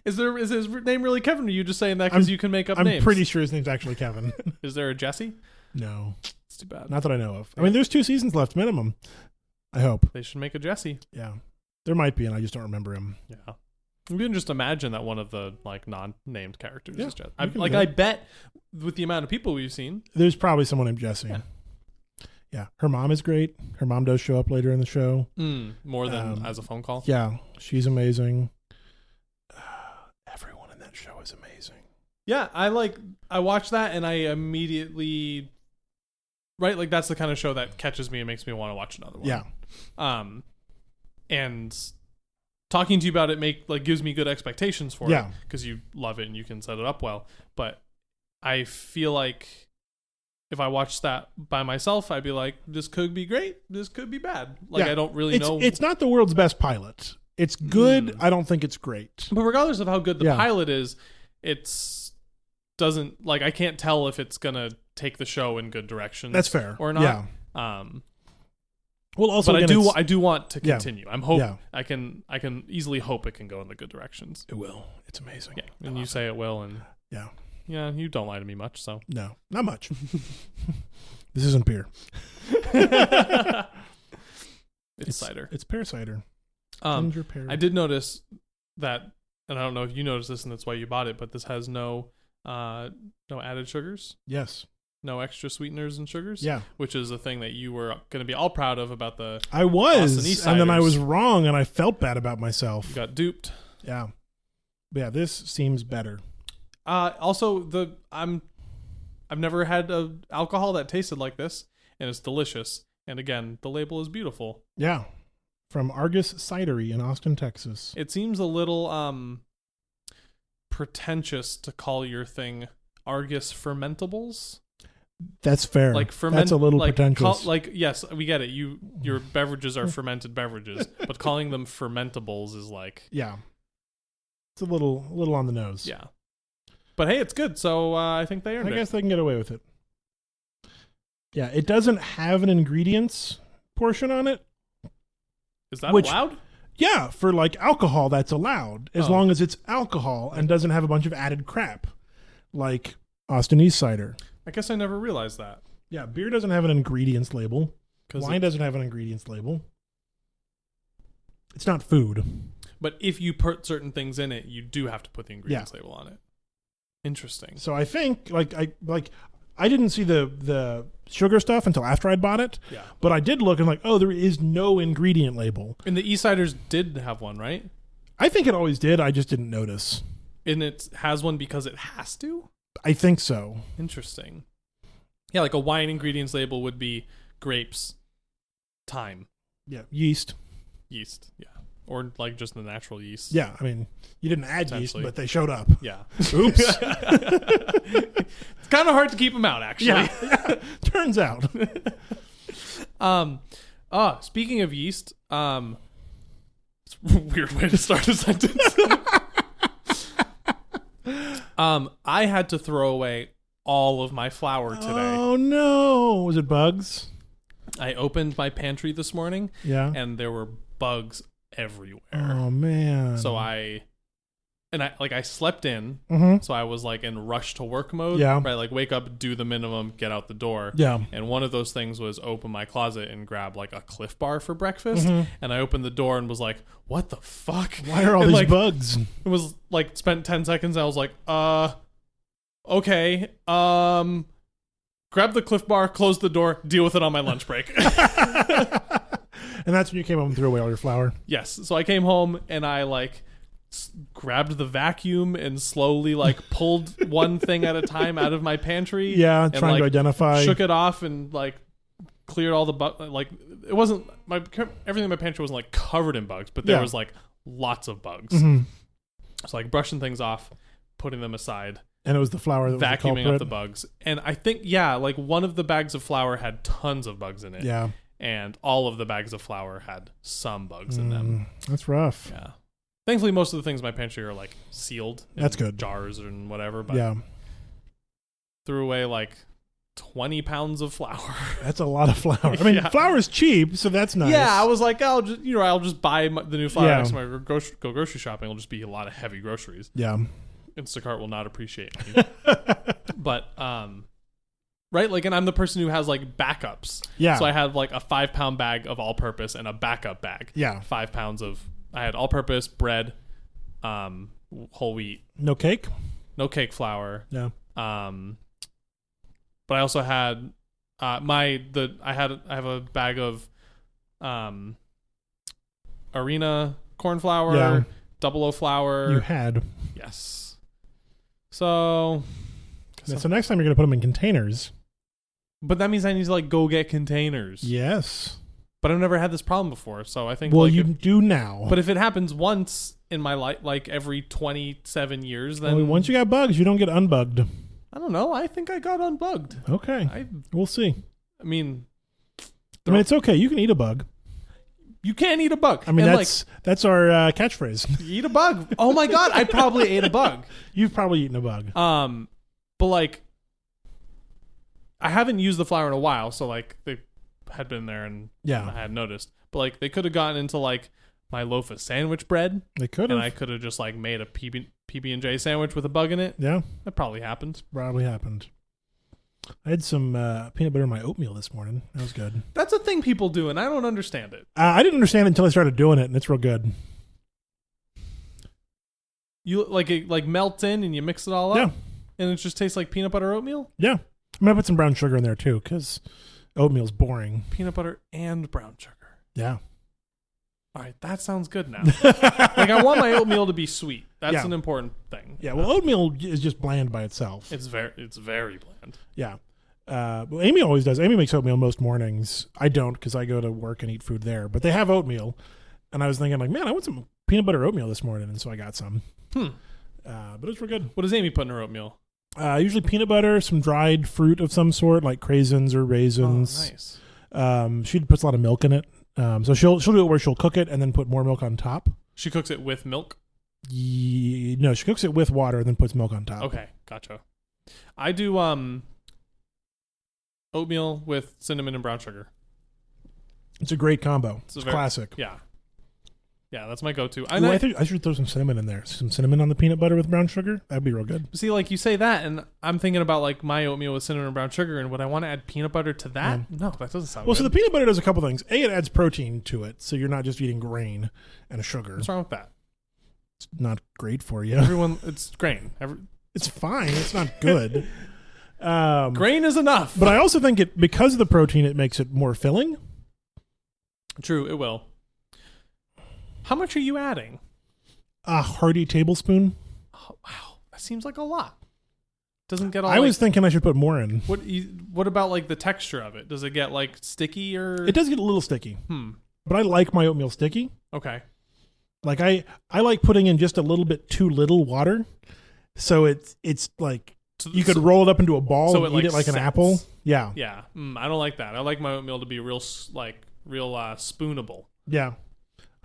Speaker 1: Is there is his name really Kevin? Or are you just saying that because
Speaker 2: I'm-
Speaker 1: you can make up
Speaker 2: I'm
Speaker 1: names?
Speaker 2: pretty sure his name's actually Kevin.
Speaker 1: Is there a Jesse?
Speaker 2: no,
Speaker 1: It's too bad.
Speaker 2: not that I know of. I mean, there's two seasons left minimum. I hope.
Speaker 1: They should make a Jesse.
Speaker 2: Yeah, there might be, and I just don't remember him.
Speaker 1: Yeah. You can just imagine that one of the like non-named characters
Speaker 2: Yeah,
Speaker 1: is Jesse.
Speaker 2: you
Speaker 1: I,
Speaker 2: can do
Speaker 1: like
Speaker 2: that.
Speaker 1: I bet with the amount of people we've seen,
Speaker 2: There's probably someone named Jesse.
Speaker 1: Yeah.
Speaker 2: Yeah. her mom is great. Her mom does show up later in the show.
Speaker 1: mm, more than
Speaker 2: Um,
Speaker 1: as a phone call.
Speaker 2: Yeah, she's amazing. Uh, everyone in that show is amazing.
Speaker 1: Yeah, I like I watched that and I immediately right like that's the kind of show that catches me and makes me want to watch another one.
Speaker 2: Yeah,
Speaker 1: Um and talking to you about it make like gives me good expectations for it
Speaker 2: Yeah.
Speaker 1: because you love it and you can set it up well, but I feel like if I watched that by myself, I'd be like this could be great, this could be bad. Like
Speaker 2: Yeah.
Speaker 1: I don't really
Speaker 2: it's
Speaker 1: know
Speaker 2: it's not the world's best pilot. It's good.
Speaker 1: Mm.
Speaker 2: I don't think it's great.
Speaker 1: but regardless of how good the
Speaker 2: Yeah.
Speaker 1: pilot is, it's doesn't like I can't tell if it's gonna take the show in good directions.
Speaker 2: That's fair.
Speaker 1: Or not.
Speaker 2: Yeah.
Speaker 1: Um,
Speaker 2: Well, also,
Speaker 1: but I
Speaker 2: again,
Speaker 1: do
Speaker 2: it's-
Speaker 1: I do want to
Speaker 2: Yeah.
Speaker 1: continue. I'm hope
Speaker 2: Yeah.
Speaker 1: I can I can easily hope it can go in the good directions.
Speaker 2: it will. It's amazing.
Speaker 1: Yeah, and you say it will, and
Speaker 2: Yeah.
Speaker 1: yeah, you don't lie to me much. So
Speaker 2: No, not much. this isn't beer.
Speaker 1: it's, cider.
Speaker 2: It's pear cider.
Speaker 1: Um,
Speaker 2: Ginger pear.
Speaker 1: I Um, did notice that and I don't know if you noticed this and that's why you bought it, but this has no uh no added sugars,
Speaker 2: Yes.
Speaker 1: no extra sweeteners and sugars.
Speaker 2: Yeah.
Speaker 1: Which is the thing that you were gonna be all proud of about the
Speaker 2: I
Speaker 1: Austin
Speaker 2: was,
Speaker 1: East
Speaker 2: and then I
Speaker 1: Siders.
Speaker 2: was wrong, and I felt bad about
Speaker 1: you
Speaker 2: myself.
Speaker 1: got duped.
Speaker 2: Yeah, But yeah. This seems better.
Speaker 1: Uh also the I'm I've never had a alcohol that tasted like this and it's delicious. And again, the label is beautiful.
Speaker 2: Yeah, from Argus Cidery in Austin, Texas.
Speaker 1: It seems a little um pretentious to call your thing Argus fermentables.
Speaker 2: That's fair.
Speaker 1: Like ferment
Speaker 2: That's a little
Speaker 1: like,
Speaker 2: pretentious.
Speaker 1: call- like yes, we get it. You your beverages are fermented beverages, but calling them fermentables is like
Speaker 2: yeah, it's a little, a little on the nose.
Speaker 1: yeah. But hey, it's good. So uh, I think they earned
Speaker 2: I
Speaker 1: it.
Speaker 2: guess they can get away with it. Yeah, it doesn't have an ingredients portion on it.
Speaker 1: Is that
Speaker 2: which-
Speaker 1: allowed?
Speaker 2: Yeah, for like alcohol, that's allowed as
Speaker 1: Oh.
Speaker 2: long as it's alcohol and doesn't have a bunch of added crap, like Austin East cider.
Speaker 1: I guess I never realized that.
Speaker 2: Yeah, beer doesn't have an ingredients label.
Speaker 1: 'Cause
Speaker 2: Wine
Speaker 1: it-
Speaker 2: doesn't have an ingredients label. It's not food.
Speaker 1: but if you put certain things in it, you do have to put the ingredients label on it. Interesting.
Speaker 2: So I think like I like I didn't see the the sugar stuff until after I'd bought it.
Speaker 1: Yeah.
Speaker 2: But I did look and like, oh, there is no ingredient label.
Speaker 1: And the Eastsiders did have one, right?
Speaker 2: I think it always did. I just didn't notice.
Speaker 1: And it has one because it has to?
Speaker 2: I think so.
Speaker 1: Interesting. Yeah, like a wine ingredients label would be grapes, thyme,
Speaker 2: Yeah, yeast.
Speaker 1: yeast. Yeah. Or like just the natural yeast.
Speaker 2: Yeah, I mean, you didn't add yeast,
Speaker 1: Essentially.
Speaker 2: but they showed up.
Speaker 1: Yeah.
Speaker 2: Oops.
Speaker 1: it's kind of hard to keep them out, actually.
Speaker 2: yeah. Turns out.
Speaker 1: Um, ah, speaking of yeast, um, it's a weird way to start a sentence. um, I had to throw away all of my flour today.
Speaker 2: Oh no! Was it bugs?
Speaker 1: I opened my pantry this morning
Speaker 2: Yeah.
Speaker 1: and there were bugs everywhere.
Speaker 2: oh man.
Speaker 1: So I and I like I slept in,
Speaker 2: hmm
Speaker 1: so I was like in rush to work mode.
Speaker 2: Yeah.
Speaker 1: Right, like wake up, do the minimum, get out the door.
Speaker 2: Yeah.
Speaker 1: And one of those things was open my closet and grab like a cliff bar for breakfast. And I opened the door and was like, what the fuck?
Speaker 2: Mm-hmm. Why are all
Speaker 1: And,
Speaker 2: these
Speaker 1: like,
Speaker 2: bugs?
Speaker 1: It was like spent ten seconds and I was like, uh okay. Um grab the cliff bar, close the door, deal with it on my lunch break.
Speaker 2: And that's when you came home and threw away all your flour.
Speaker 1: Yes. So I came home and I like s- grabbed the vacuum and slowly like pulled one thing at a time out of my pantry.
Speaker 2: Yeah,
Speaker 1: and,
Speaker 2: trying
Speaker 1: like,
Speaker 2: to identify.
Speaker 1: Shook it off and like cleared all the bugs. Like it wasn't my everything in my pantry wasn't like covered in bugs, but there
Speaker 2: Yeah.
Speaker 1: was like lots of bugs.
Speaker 2: Mhm.
Speaker 1: So like brushing things off, putting them aside,
Speaker 2: And it was the flour that was the
Speaker 1: vacuuming
Speaker 2: culprit.
Speaker 1: up the bugs, and I think yeah, like one of the bags of flour had tons of bugs in it,
Speaker 2: Yeah,
Speaker 1: and all of the bags of flour had some bugs in them.
Speaker 2: Mm, that's rough.
Speaker 1: Yeah. Thankfully, most of the things in my pantry are like sealed. in
Speaker 2: That's good.
Speaker 1: Jars and whatever. But
Speaker 2: Yeah,
Speaker 1: threw away like twenty pounds of flour.
Speaker 2: that's a lot of flour. I mean,
Speaker 1: Yeah.
Speaker 2: flour is cheap, so that's nice.
Speaker 1: Yeah, I was like, I'll just you know I'll just buy my, the new flour
Speaker 2: Yeah.
Speaker 1: next time I go, grocery, go grocery shopping. It'll just be a lot of heavy groceries.
Speaker 2: yeah,
Speaker 1: Instacart will not appreciate me. but um, right, like, and I'm the person who has like backups.
Speaker 2: Yeah.
Speaker 1: So I had like a five pound bag of all purpose and a backup bag.
Speaker 2: Yeah.
Speaker 1: Five pounds of I had all purpose bread, um, whole wheat,
Speaker 2: no cake.
Speaker 1: no cake flour,
Speaker 2: Yeah,
Speaker 1: um but i also had uh my the i had i have a bag of um arena corn flour
Speaker 2: Yeah.
Speaker 1: double o flour
Speaker 2: you had.
Speaker 1: yes so
Speaker 2: So, next time you're gonna put them in containers.
Speaker 1: but that means i need to like go get containers
Speaker 2: Yes.
Speaker 1: but i've never had this problem before so i think
Speaker 2: Well,
Speaker 1: like
Speaker 2: you
Speaker 1: if-
Speaker 2: do now.
Speaker 1: but if it happens once in my life like every 27 years then
Speaker 2: Only once you got bugs, you don't get unbugged.
Speaker 1: i don't know i think i got unbugged
Speaker 2: Okay,
Speaker 1: i
Speaker 2: we'll see.
Speaker 1: i mean
Speaker 2: I mean, it's okay. You can eat a bug.
Speaker 1: you can't eat a bug
Speaker 2: I mean,
Speaker 1: And, like,
Speaker 2: that's that's our uh, catchphrase.
Speaker 1: eat a bug. Oh my god, I probably ate a bug.
Speaker 2: You've probably eaten a bug.
Speaker 1: Um, but like, I haven't used the flour in a while, so like they had been there and I
Speaker 2: Yeah,
Speaker 1: had noticed. But like they could have gotten into like my loaf of sandwich bread,
Speaker 2: they could
Speaker 1: and I
Speaker 2: have.
Speaker 1: could have just like made a PB PB and J sandwich with a bug in it.
Speaker 2: Yeah,
Speaker 1: That probably happened.
Speaker 2: probably happened. I had some uh, peanut butter in my oatmeal this morning. That was good.
Speaker 1: That's a thing people do, and I don't understand it.
Speaker 2: Uh, I didn't understand it until I started doing it, and it's real good.
Speaker 1: You like it like melts in and you mix it all up.
Speaker 2: Yeah.
Speaker 1: And it just tastes like peanut butter oatmeal,
Speaker 2: Yeah. I'm gonna put some brown sugar in there too, because oatmeal's boring.
Speaker 1: peanut butter and brown sugar.
Speaker 2: Yeah.
Speaker 1: All right, that sounds good now. like I want my oatmeal to be sweet. That's
Speaker 2: Yeah.
Speaker 1: an important thing.
Speaker 2: Yeah. Well, oatmeal is just bland by itself.
Speaker 1: It's very it's very bland.
Speaker 2: yeah. Uh, well, Amy always does. Amy makes oatmeal most mornings. I don't because I go to work and eat food there. But they have oatmeal, and I was thinking like, man, I want some peanut butter oatmeal this morning, and so I got some.
Speaker 1: Hmm.
Speaker 2: Uh, but it's real good.
Speaker 1: What does Amy put in her oatmeal?
Speaker 2: Uh, usually peanut butter, some dried fruit of some sort, like craisins or
Speaker 1: Oh,
Speaker 2: raisins.
Speaker 1: nice.
Speaker 2: Um, she puts a lot of milk in it. Um, so she'll she'll do it where she'll cook it and then put more milk on top.
Speaker 1: She cooks it with milk.
Speaker 2: Ye- no, she cooks it with water and then puts milk on top.
Speaker 1: Okay, gotcha. I do um oatmeal with cinnamon and brown sugar.
Speaker 2: It's a great combo.
Speaker 1: It's
Speaker 2: It's,
Speaker 1: a very-
Speaker 2: classic.
Speaker 1: Yeah. Yeah, that's my go-to.
Speaker 2: Ooh,
Speaker 1: And I,
Speaker 2: I, think I should throw some cinnamon in there. Some cinnamon on the peanut butter with brown sugar. That'd be real good.
Speaker 1: see like you say that and I'm thinking about like my oatmeal with cinnamon and brown sugar and would I want to add peanut butter to that? No, that doesn't sound
Speaker 2: Well,
Speaker 1: good.
Speaker 2: so the peanut butter does a couple things. A, it adds protein to it, so you're not just eating grain and a sugar.
Speaker 1: What's wrong with that?
Speaker 2: It's not great for you.
Speaker 1: Everyone it's grain. Every,
Speaker 2: It's fine. It's not good. um,
Speaker 1: grain is enough.
Speaker 2: But I also think it because of the protein, it makes it more filling.
Speaker 1: True, it will. How much are you adding?
Speaker 2: A hearty tablespoon.
Speaker 1: Oh, wow, that seems like a lot. Doesn't get all.
Speaker 2: I
Speaker 1: like-
Speaker 2: was thinking I should put more in.
Speaker 1: What you, what about like the texture of it? Does it get like sticky or?
Speaker 2: It does get a little sticky,
Speaker 1: Hmm.
Speaker 2: but I like my oatmeal sticky.
Speaker 1: Okay.
Speaker 2: Like I, I like putting in just a little bit too little water, so it's it's like
Speaker 1: So,
Speaker 2: you could
Speaker 1: so-
Speaker 2: roll it up into a ball
Speaker 1: so
Speaker 2: and
Speaker 1: it,
Speaker 2: eat
Speaker 1: like,
Speaker 2: it like an
Speaker 1: sets.
Speaker 2: apple. Yeah,
Speaker 1: yeah. Mm, I don't like that. I like my oatmeal to be real s- like real uh, spoonable.
Speaker 2: yeah.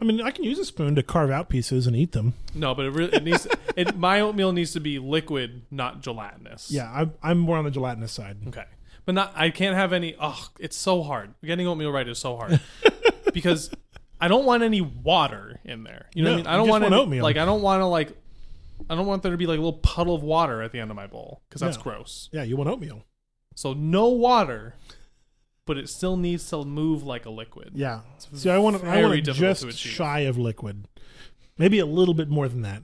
Speaker 2: I mean, I can use a spoon to carve out pieces and eat them.
Speaker 1: No, but it really it needs it. My oatmeal needs to be liquid, not gelatinous.
Speaker 2: Yeah, I'm, I'm more on the gelatinous side.
Speaker 1: Okay. But not I can't have any oh it's so hard. Getting oatmeal right is so hard. because I don't want any water in there. You know
Speaker 2: No,
Speaker 1: what I mean? I
Speaker 2: you
Speaker 1: don't
Speaker 2: just
Speaker 1: want,
Speaker 2: want
Speaker 1: any-
Speaker 2: oatmeal.
Speaker 1: like I don't want to like I don't want there to be like a little puddle of water at the end of my bowl cuz that's
Speaker 2: No.
Speaker 1: gross.
Speaker 2: Yeah, you want oatmeal.
Speaker 1: So no water, but it still needs to move like a liquid.
Speaker 2: Yeah. See, I want I
Speaker 1: very
Speaker 2: want it
Speaker 1: difficult
Speaker 2: just
Speaker 1: to achieve.
Speaker 2: shy of liquid, maybe a little bit more than that.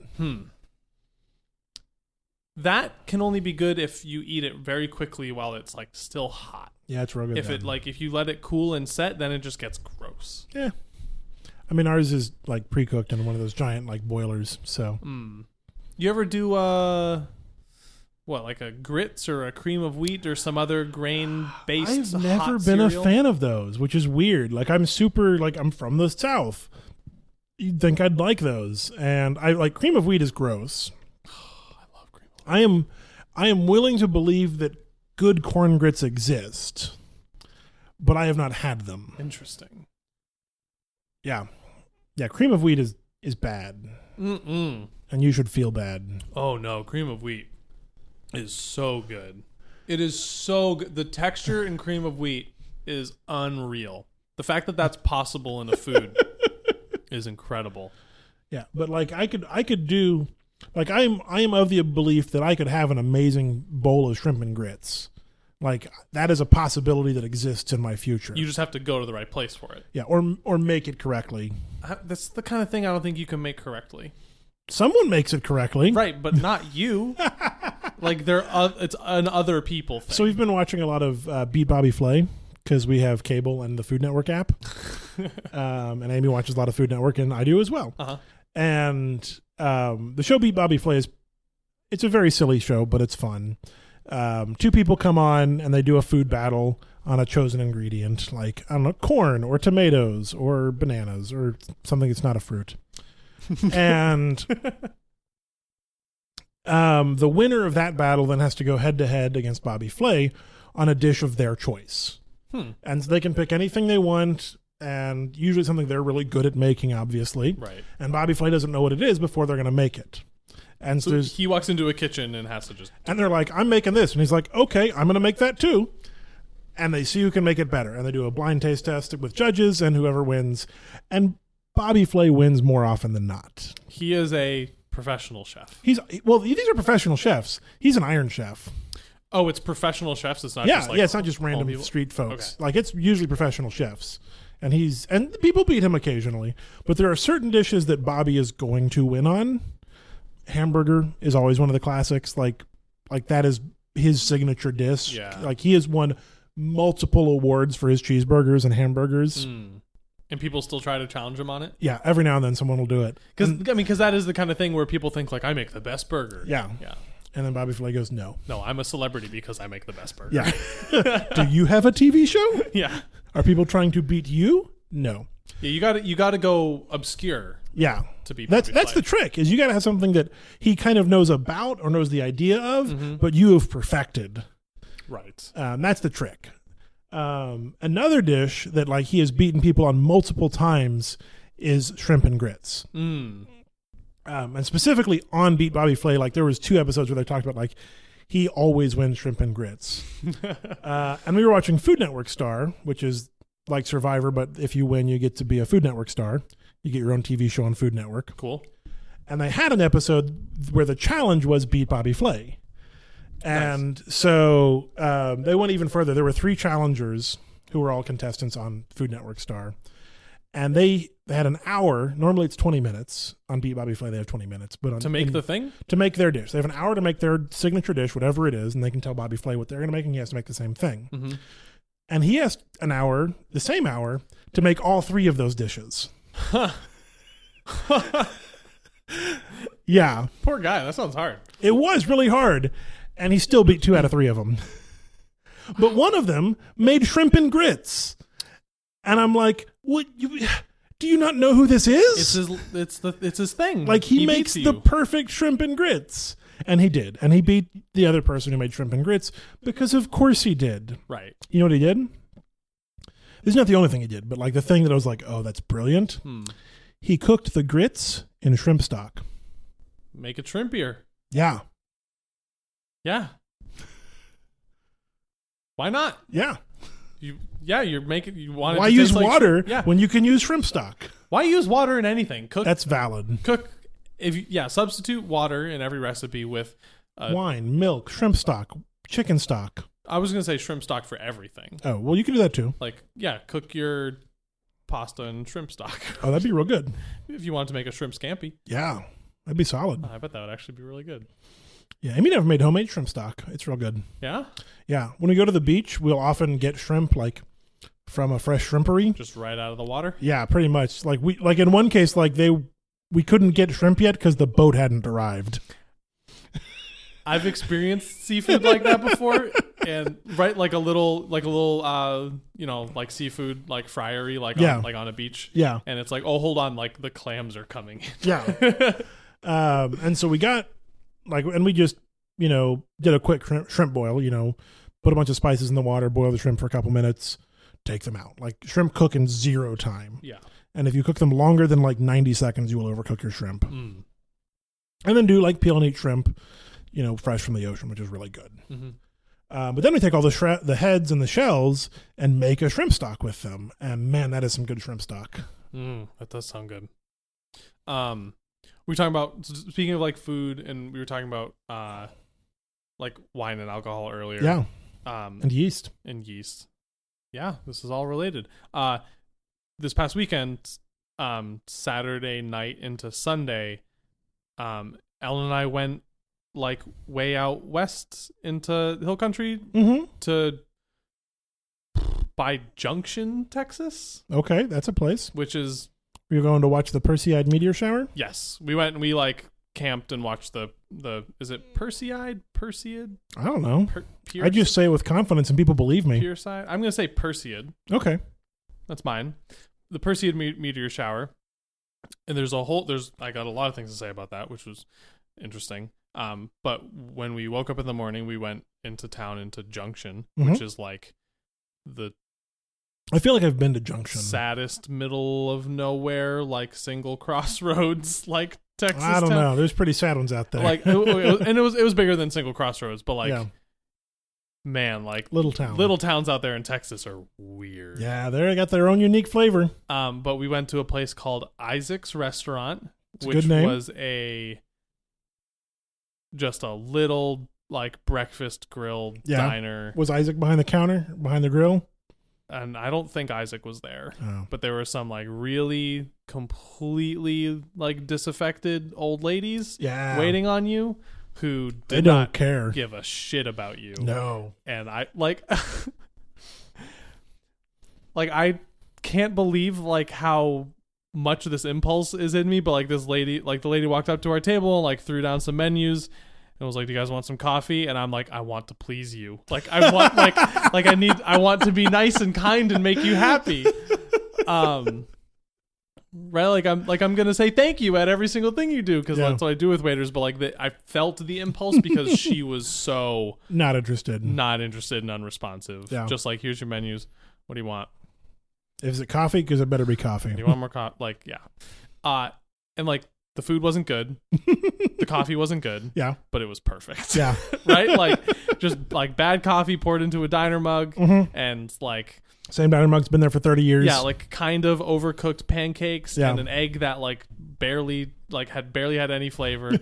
Speaker 1: That can only be good if you eat it very quickly while it's like still hot.
Speaker 2: Yeah, it's real good.
Speaker 1: If
Speaker 2: then.
Speaker 1: it like if you let it cool and set, then it just gets gross.
Speaker 2: yeah. I mean, ours is like pre-cooked in one of those giant like boilers, so
Speaker 1: You ever do uh what, like a grits or a cream of wheat or some other grain based?
Speaker 2: I've never been a fan of those, which is weird. Like I'm super like I'm from the south. You'd think I'd like those, and I like cream of wheat is gross. I am I am willing to believe that good corn grits exist, but I have not had them.
Speaker 1: Interesting.
Speaker 2: Yeah, yeah, cream of wheat is is bad,
Speaker 1: Mm-mm.
Speaker 2: and you should feel bad.
Speaker 1: Oh no, cream of wheat is so good. It is so good. The texture in cream of wheat is unreal. The fact that that's possible in a food is incredible.
Speaker 2: Yeah, but like I could I could do like I'm I am of the belief that I could have an amazing bowl of shrimp and grits. Like that is a possibility that exists in my future.
Speaker 1: You just have to go to the right place for it.
Speaker 2: yeah, or or make it correctly.
Speaker 1: I, that's the kind of thing I don't think you can make correctly.
Speaker 2: Someone makes it correctly.
Speaker 1: Right, but not you. like they're oth- it's an other people thing.
Speaker 2: So we've been watching a lot of uh, Beat Bobby Flay because we have cable and the Food Network app. um, and Amy watches a lot of Food Network, and I do as well.
Speaker 1: Uh-huh.
Speaker 2: And um, the show Beat Bobby Flay is it's a very silly show, but it's fun. Um, two people come on and they do a food battle on a chosen ingredient, like I don't know, corn or tomatoes or bananas or something that's not a fruit. and um, the winner of that battle then has to go head to head against Bobby Flay on a dish of their choice.
Speaker 1: Hmm.
Speaker 2: And so they can pick anything they want, and usually something they're really good at making, obviously.
Speaker 1: Right.
Speaker 2: And Bobby Flay doesn't know what it is before they're going to make it. And
Speaker 1: So
Speaker 2: so there's,
Speaker 1: he walks into a kitchen and has to just
Speaker 2: and they're like, I'm making this. And he's like, okay, I'm going to make that too. And they see who can make it better. And they do a blind taste test with judges, and whoever wins. And Bobby Flay wins more often than not.
Speaker 1: he is a professional chef.
Speaker 2: He's, well, these are professional chefs. He's an iron chef.
Speaker 1: Oh, it's professional chefs. It's not
Speaker 2: yeah,
Speaker 1: just like oh,
Speaker 2: yeah, it's not just random
Speaker 1: people?
Speaker 2: street folks. Like it's usually professional chefs, and he's and people beat him occasionally, but there are certain dishes that Bobby is going to win on, Hamburger is always one of the classics. Like, like that is his signature dish.
Speaker 1: Yeah.
Speaker 2: Like he has won multiple awards for his cheeseburgers and hamburgers.
Speaker 1: Mm. And people still try to challenge him on it
Speaker 2: Yeah, every now and then someone will do it.
Speaker 1: because
Speaker 2: And-
Speaker 1: I mean, because that is the kind of thing where people think like I make the best burger.
Speaker 2: yeah,
Speaker 1: yeah.
Speaker 2: and then Bobby Flay goes, "No,
Speaker 1: No, I'm a celebrity because I make the best burger.
Speaker 2: yeah." do you have a TV show?
Speaker 1: yeah.
Speaker 2: Are people trying to beat you? No.
Speaker 1: Yeah, you got to you got to go obscure
Speaker 2: Yeah.
Speaker 1: to be.
Speaker 2: That's
Speaker 1: Bobby
Speaker 2: that's
Speaker 1: Flay.
Speaker 2: the trick is you got to have something that he kind of knows about or knows the idea of,
Speaker 1: Mm-hmm.
Speaker 2: but you have perfected.
Speaker 1: right.
Speaker 2: Um, that's the trick. Um, another dish that like he has beaten people on multiple times is shrimp and grits,
Speaker 1: Mm.
Speaker 2: um, and specifically on Beat Bobby Flay. Like there was two episodes where they talked about like he always wins shrimp and grits, uh, and we were watching Food Network Star, which is like Survivor, but if you win, you get to be a Food Network star. You get your own TV show on Food Network.
Speaker 1: Cool.
Speaker 2: and they had an episode where the challenge was beat Bobby Flay. And so um, they went even further. There were three challengers who were all contestants on Food Network Star. And they, they had an hour. Normally it's 20 minutes. On Beat Bobby Flay, they have 20 minutes. But on,
Speaker 1: To make
Speaker 2: in-
Speaker 1: the thing.
Speaker 2: to make their dish. They have an hour to make their signature dish, whatever it is, and they can tell Bobby Flay what they're going to make, and he has to make the same thing.
Speaker 1: Mhm.
Speaker 2: And he has an hour, the same hour, to make all three of those dishes. yeah,
Speaker 1: Poor guy. That sounds hard.
Speaker 2: it was really hard, and he still beat two out of three of them. but one of them made shrimp and grits, and I'm like, what? You, do you not know who this is?
Speaker 1: It's his. It's the. It's his thing.
Speaker 2: Like he,
Speaker 1: beats
Speaker 2: makes the
Speaker 1: you.
Speaker 2: perfect shrimp and grits. And he did. And he beat the other person who made shrimp and grits because of course he did.
Speaker 1: right.
Speaker 2: You know what he did? This is not the only thing he did, but like the thing that I was like, "Oh, that's brilliant."
Speaker 1: Hmm.
Speaker 2: He cooked the grits in shrimp stock.
Speaker 1: Make it shrimpier.
Speaker 2: Yeah.
Speaker 1: Yeah. Why not?
Speaker 2: Yeah.
Speaker 1: You. Yeah. You're making. You want. it
Speaker 2: Why
Speaker 1: to
Speaker 2: use
Speaker 1: taste like
Speaker 2: water
Speaker 1: shrimp. Yeah.
Speaker 2: when you can use shrimp stock?
Speaker 1: Why use water in anything? Cook.
Speaker 2: That's valid.
Speaker 1: cook. If you, yeah, substitute water in every recipe with. Uh,
Speaker 2: Wine, milk, shrimp stock, chicken stock.
Speaker 1: I was gonna say shrimp stock for everything.
Speaker 2: Oh, well, you can do that too.
Speaker 1: Like yeah, cook your pasta in shrimp stock
Speaker 2: Oh, that'd be real good.
Speaker 1: if you want to make a shrimp scampi.
Speaker 2: Yeah. That'd be solid.
Speaker 1: I bet that would actually be really good.
Speaker 2: Yeah. Amy never made homemade shrimp stock. It's real good.
Speaker 1: Yeah,
Speaker 2: Yeah, when we go to the beach, we'll often get shrimp like from a fresh shrimpery.
Speaker 1: just right out of the water.
Speaker 2: Yeah, pretty much. Like we like in one case, like they we couldn't get shrimp yet because the boat hadn't arrived.
Speaker 1: I've experienced seafood like that before, and right like a little like a little uh you know like seafood like fryery like
Speaker 2: Yeah.
Speaker 1: on, like on a beach.
Speaker 2: Yeah,
Speaker 1: And it's like, oh, hold on, like the clams are coming in.
Speaker 2: yeah. um, and so we got like, and we just you know did a quick shrimp, shrimp boil. You know, put a bunch of spices in the water, boil the shrimp for a couple minutes, take them out. Like shrimp cook in zero time,
Speaker 1: Yeah.
Speaker 2: and if you cook them longer than like ninety seconds, you will overcook your shrimp.
Speaker 1: Mm.
Speaker 2: And then do like peel and eat shrimp, you know, fresh from the ocean, which is really good.
Speaker 1: hmm
Speaker 2: Uh, but then we take all the shre- the heads and the shells and make a shrimp stock with them. And man, that is some good shrimp stock.
Speaker 1: Mm, that does sound good. Um, we were talking about s- speaking of like food, and we were talking about uh, like wine and alcohol earlier.
Speaker 2: Yeah,
Speaker 1: Um,
Speaker 2: and yeast.
Speaker 1: and yeast. Yeah, this is all related. Uh this past weekend, um Saturday night into Sunday, um Ellen and I went like way out west into hill country
Speaker 2: Mm-hmm.
Speaker 1: to by Junction, Texas,
Speaker 2: Okay, that's a place.
Speaker 1: which is
Speaker 2: We're going to watch the Perseid meteor shower.
Speaker 1: yes, we went and we like camped and watched the the is it Perseid, Perseid,
Speaker 2: I don't know.
Speaker 1: per, Pierce,
Speaker 2: I just say it with confidence, and people believe me.
Speaker 1: Pierside? I'm gonna say Perseid.
Speaker 2: Okay.
Speaker 1: That's mine. The Perseid me- meteor shower. And there's a whole there's I got a lot of things to say about that, which was interesting. Um, but when we woke up in the morning, we went into town into Junction, which
Speaker 2: Mm-hmm.
Speaker 1: is like the
Speaker 2: I feel like I've been to Junction.
Speaker 1: saddest middle of nowhere, like single crossroads, like Texas.
Speaker 2: I don't
Speaker 1: town.
Speaker 2: know. There's pretty sad ones out there.
Speaker 1: Like, it, it was, and it was it was bigger than single crossroads, but like,
Speaker 2: Yeah.
Speaker 1: man, like
Speaker 2: little town.
Speaker 1: little towns out there in Texas are weird.
Speaker 2: Yeah, they got their own unique flavor.
Speaker 1: Um, but we went to a place called Isaac's Restaurant,
Speaker 2: a
Speaker 1: which
Speaker 2: good name.
Speaker 1: was a just a little like breakfast grill
Speaker 2: Yeah.
Speaker 1: diner.
Speaker 2: Was Isaac behind the counter, behind the grill?
Speaker 1: and I don't think Isaac was there,
Speaker 2: Oh.
Speaker 1: but there were some like really completely like disaffected old ladies
Speaker 2: Yeah.
Speaker 1: waiting on you who
Speaker 2: They
Speaker 1: did
Speaker 2: don't
Speaker 1: not
Speaker 2: care.
Speaker 1: give a shit about you.
Speaker 2: No.
Speaker 1: And I like like I can't believe like how much this impulse is in me, but like this lady like the lady walked up to our table and like threw down some menus and was like, Do you guys want some coffee? And I'm like, I want to please you. Like I want like like I need I want to be nice and kind and make you happy. Um Right, like I'm, like I'm gonna say thank you at every single thing you do because
Speaker 2: Yeah.
Speaker 1: that's what I do with waiters. But like, the, I felt the impulse because she was so
Speaker 2: Not interested.
Speaker 1: not interested and unresponsive.
Speaker 2: Mm. Yeah.
Speaker 1: Just like here's your menus. What do you want?
Speaker 2: Is it coffee? Because it better be coffee.
Speaker 1: Do you want more coffee? like yeah. Uh and like the food wasn't good. the coffee wasn't good,
Speaker 2: Yeah.
Speaker 1: but it was perfect.
Speaker 2: Yeah.
Speaker 1: right? Like just like bad coffee poured into a diner mug
Speaker 2: Mhm.
Speaker 1: and like
Speaker 2: Same diner mug's been there for 30 years.
Speaker 1: yeah, like kind of overcooked pancakes
Speaker 2: Yeah.
Speaker 1: and an egg that like barely like had barely had any flavor.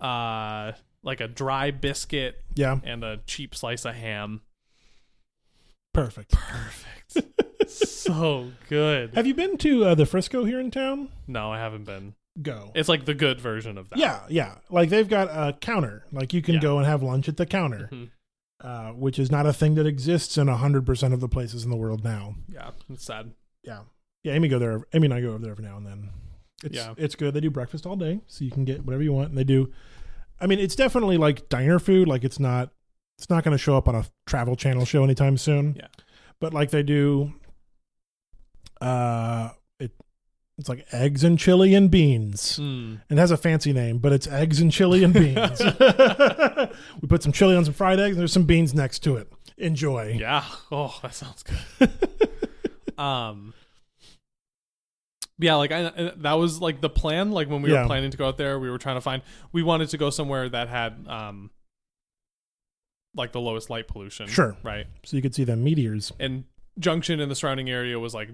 Speaker 1: uh like a dry biscuit
Speaker 2: yeah.
Speaker 1: and a cheap slice of ham.
Speaker 2: Perfect.
Speaker 1: Perfect. so good.
Speaker 2: Have you been to uh, the Frisco here in town?
Speaker 1: No, I haven't been.
Speaker 2: Go.
Speaker 1: It's like the good version of that.
Speaker 2: Yeah, yeah. Like they've got a counter. Like you can
Speaker 1: Yeah.
Speaker 2: go and have lunch at the counter,
Speaker 1: Mhm.
Speaker 2: uh, which is not a thing that exists in hundred percent of the places in the world now.
Speaker 1: Yeah. It's sad.
Speaker 2: Yeah, yeah. Amy go there. Amy and I go over there every now and then. It's,
Speaker 1: Yeah.
Speaker 2: it's good. They do breakfast all day, so you can get whatever you want. And they do. I mean, it's definitely like diner food. Like it's not. It's not going to show up on a Travel Channel show anytime soon.
Speaker 1: Yeah.
Speaker 2: But like they do. Uh, it. It's like eggs and chili and beans.
Speaker 1: Mm.
Speaker 2: It has a fancy name, but it's eggs and chili and beans. we put some chili on some fried eggs, and there's some beans next to it. Enjoy.
Speaker 1: Yeah. Oh, that sounds good. um. Yeah, like I, I- that was like the plan. Like when we
Speaker 2: Yeah.
Speaker 1: were planning to go out there, we were trying to find. We wanted to go somewhere that had um, like the lowest light pollution.
Speaker 2: Sure.
Speaker 1: Right.
Speaker 2: So you could see them meteors.
Speaker 1: and Junction and the surrounding area was like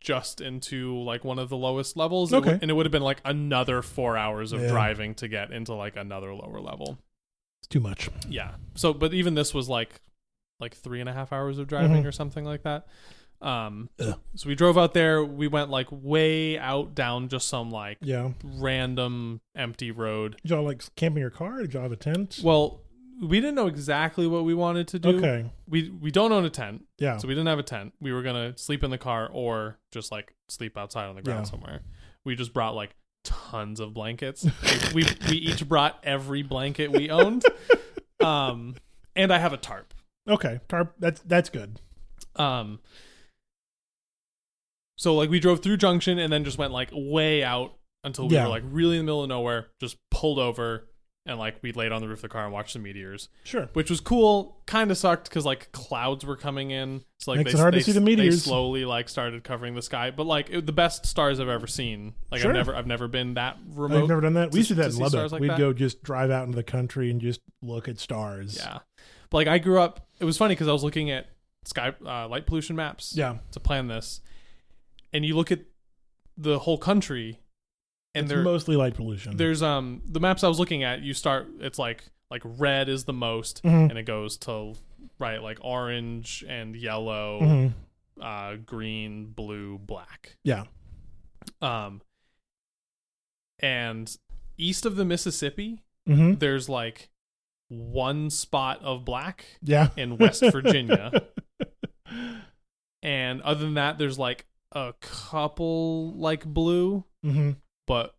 Speaker 1: just into like one of the lowest levels. It
Speaker 2: Okay.
Speaker 1: would- and it would have been like another four hours of
Speaker 2: Yeah.
Speaker 1: driving to get into like another lower level.
Speaker 2: It's too much.
Speaker 1: Yeah. So, but even this was like like three and a half hours of driving
Speaker 2: Mhm.
Speaker 1: or something like that. Um.
Speaker 2: Ugh.
Speaker 1: So we drove out there. We went like way out down just some like
Speaker 2: Yeah.
Speaker 1: random empty road.
Speaker 2: Did y'all like camping your car? Did y'all have a tent?
Speaker 1: Well, we didn't know exactly what we wanted to do.
Speaker 2: okay.
Speaker 1: We we don't own a tent.
Speaker 2: Yeah.
Speaker 1: So we didn't have a tent. We were gonna sleep in the car or just like sleep outside on the ground
Speaker 2: Yeah.
Speaker 1: somewhere. We just brought like tons of blankets. Like, we we each brought every blanket we owned. Um and I have a tarp.
Speaker 2: okay. Tarp. That's that's good.
Speaker 1: Um so like we drove through Junction and then just went like way out until we
Speaker 2: Yeah.
Speaker 1: were like really in the middle of nowhere, just pulled over and like we laid on the roof of the car and watched the meteors
Speaker 2: Sure.
Speaker 1: which was cool. Kind of sucked because like clouds were coming in, so like
Speaker 2: Makes
Speaker 1: they,
Speaker 2: it hard to
Speaker 1: they-
Speaker 2: see the
Speaker 1: they
Speaker 2: meteors.
Speaker 1: slowly like started covering the sky, but like it, the best stars I've ever seen. Like
Speaker 2: Sure.
Speaker 1: I've never I've never been that remote.
Speaker 2: I've never done that. We
Speaker 1: to-
Speaker 2: used to do
Speaker 1: to
Speaker 2: that in
Speaker 1: see
Speaker 2: Lubbock.
Speaker 1: stars like
Speaker 2: We'd
Speaker 1: that.
Speaker 2: go just drive out into the country and just look at stars.
Speaker 1: Yeah, but like I grew up. It was funny because I was looking at sky uh, light pollution maps
Speaker 2: Yeah.
Speaker 1: to plan this, and you look at the whole country, and
Speaker 2: It's
Speaker 1: there
Speaker 2: mostly light pollution.
Speaker 1: there's um the maps I was looking at. You start it's like like red is the most,
Speaker 2: Mhm.
Speaker 1: and it goes to right like orange and yellow.
Speaker 2: Mhm.
Speaker 1: uh, green, blue, black.
Speaker 2: Yeah.
Speaker 1: Um, and east of the Mississippi,
Speaker 2: hmm
Speaker 1: there's like one spot of black
Speaker 2: Yeah.
Speaker 1: in West Virginia, and other than that, there's like a couple like blue,
Speaker 2: hmm
Speaker 1: but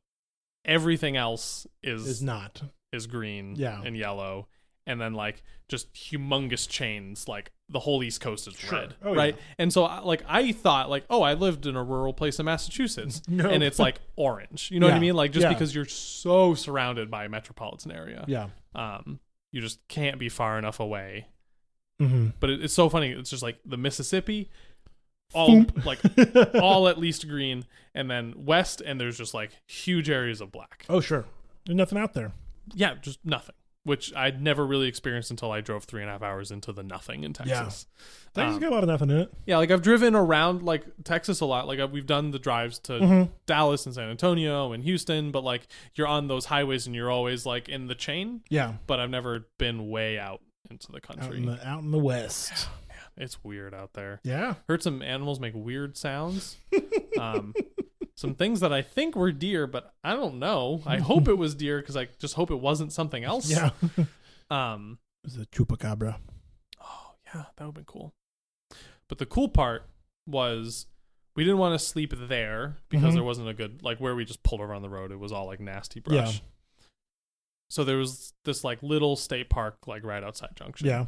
Speaker 1: everything else is
Speaker 2: Is
Speaker 1: is,
Speaker 2: not.
Speaker 1: green
Speaker 2: Yeah.
Speaker 1: and yellow. And then like just humongous chains, like the whole East Coast is
Speaker 2: Sure.
Speaker 1: red,
Speaker 2: Oh,
Speaker 1: right?
Speaker 2: yeah.
Speaker 1: And so I- like I thought like, oh, I lived in a rural place in Massachusetts,
Speaker 2: No.
Speaker 1: and it's like orange. You know what
Speaker 2: Yeah.
Speaker 1: I mean? Like just
Speaker 2: Yeah.
Speaker 1: because you're so surrounded by a metropolitan area,
Speaker 2: Yeah.
Speaker 1: um, you just can't be far enough away.
Speaker 2: hmm
Speaker 1: But it, it's so funny. It's just like the Mississippi, all like all at least green, and then west, and there's just like huge areas of black.
Speaker 2: Oh, sure. There's nothing out there.
Speaker 1: Yeah, just nothing. Which I'd never really experienced until I drove three and a half hours into the nothing in Texas.
Speaker 2: Texas
Speaker 1: Um,
Speaker 2: got a lot of nothing in it.
Speaker 1: Yeah, like I've driven around like Texas a lot. Like I, we've done the drives to
Speaker 2: Mhm.
Speaker 1: Dallas and San Antonio and Houston, but like you're on those highways and you're always like in the chain.
Speaker 2: Yeah.
Speaker 1: But I've never been way out into the
Speaker 2: Out
Speaker 1: country.
Speaker 2: in the, out in the West.
Speaker 1: It's weird out there.
Speaker 2: Yeah.
Speaker 1: Heard some animals make weird sounds. um, some things that I think were deer, but I don't know. I hope it was deer because I just hope it wasn't something else.
Speaker 2: Yeah.
Speaker 1: Um.
Speaker 2: it's a chupacabra.
Speaker 1: Oh yeah, that would've been cool. But the cool part was we didn't want to sleep there because
Speaker 2: Mhm.
Speaker 1: there wasn't a good like where we just pulled over on the road. It was all like nasty brush.
Speaker 2: Yeah.
Speaker 1: So there was this like little state park like right outside Junction.
Speaker 2: Yeah.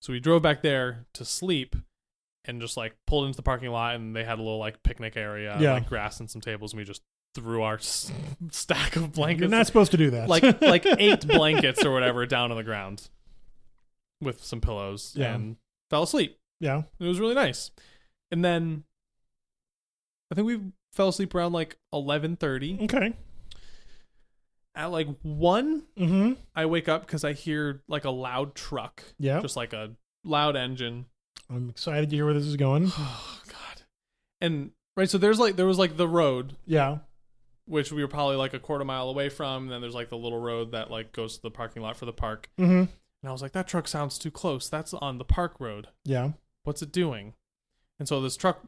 Speaker 1: So we drove back there to sleep and just like pulled into the parking lot and they had a little like picnic area,
Speaker 2: Yeah.
Speaker 1: like grass and some tables and we just threw our s- stack of blankets
Speaker 2: You're not supposed to do that.
Speaker 1: like like eight blankets or whatever down on the ground with some pillows
Speaker 2: Yeah.
Speaker 1: and fell asleep.
Speaker 2: yeah.
Speaker 1: It was really nice. And then I think we fell asleep around like 11:30.
Speaker 2: Okay.
Speaker 1: At like 1,
Speaker 2: Mm-hmm.
Speaker 1: I wake up cuz I hear like a loud truck,
Speaker 2: Yeah.
Speaker 1: just like a loud engine.
Speaker 2: I'm excited to hear where this is going.
Speaker 1: Oh god. And right so there's like there was like the road
Speaker 2: Yeah.
Speaker 1: which we were probably like a quarter mile away from, and then there's like the little road that like goes to the parking lot for the park.
Speaker 2: Mm-hmm.
Speaker 1: And I was like, that truck sounds too close. That's on the park road.
Speaker 2: Yeah.
Speaker 1: What's it doing? And so this truck,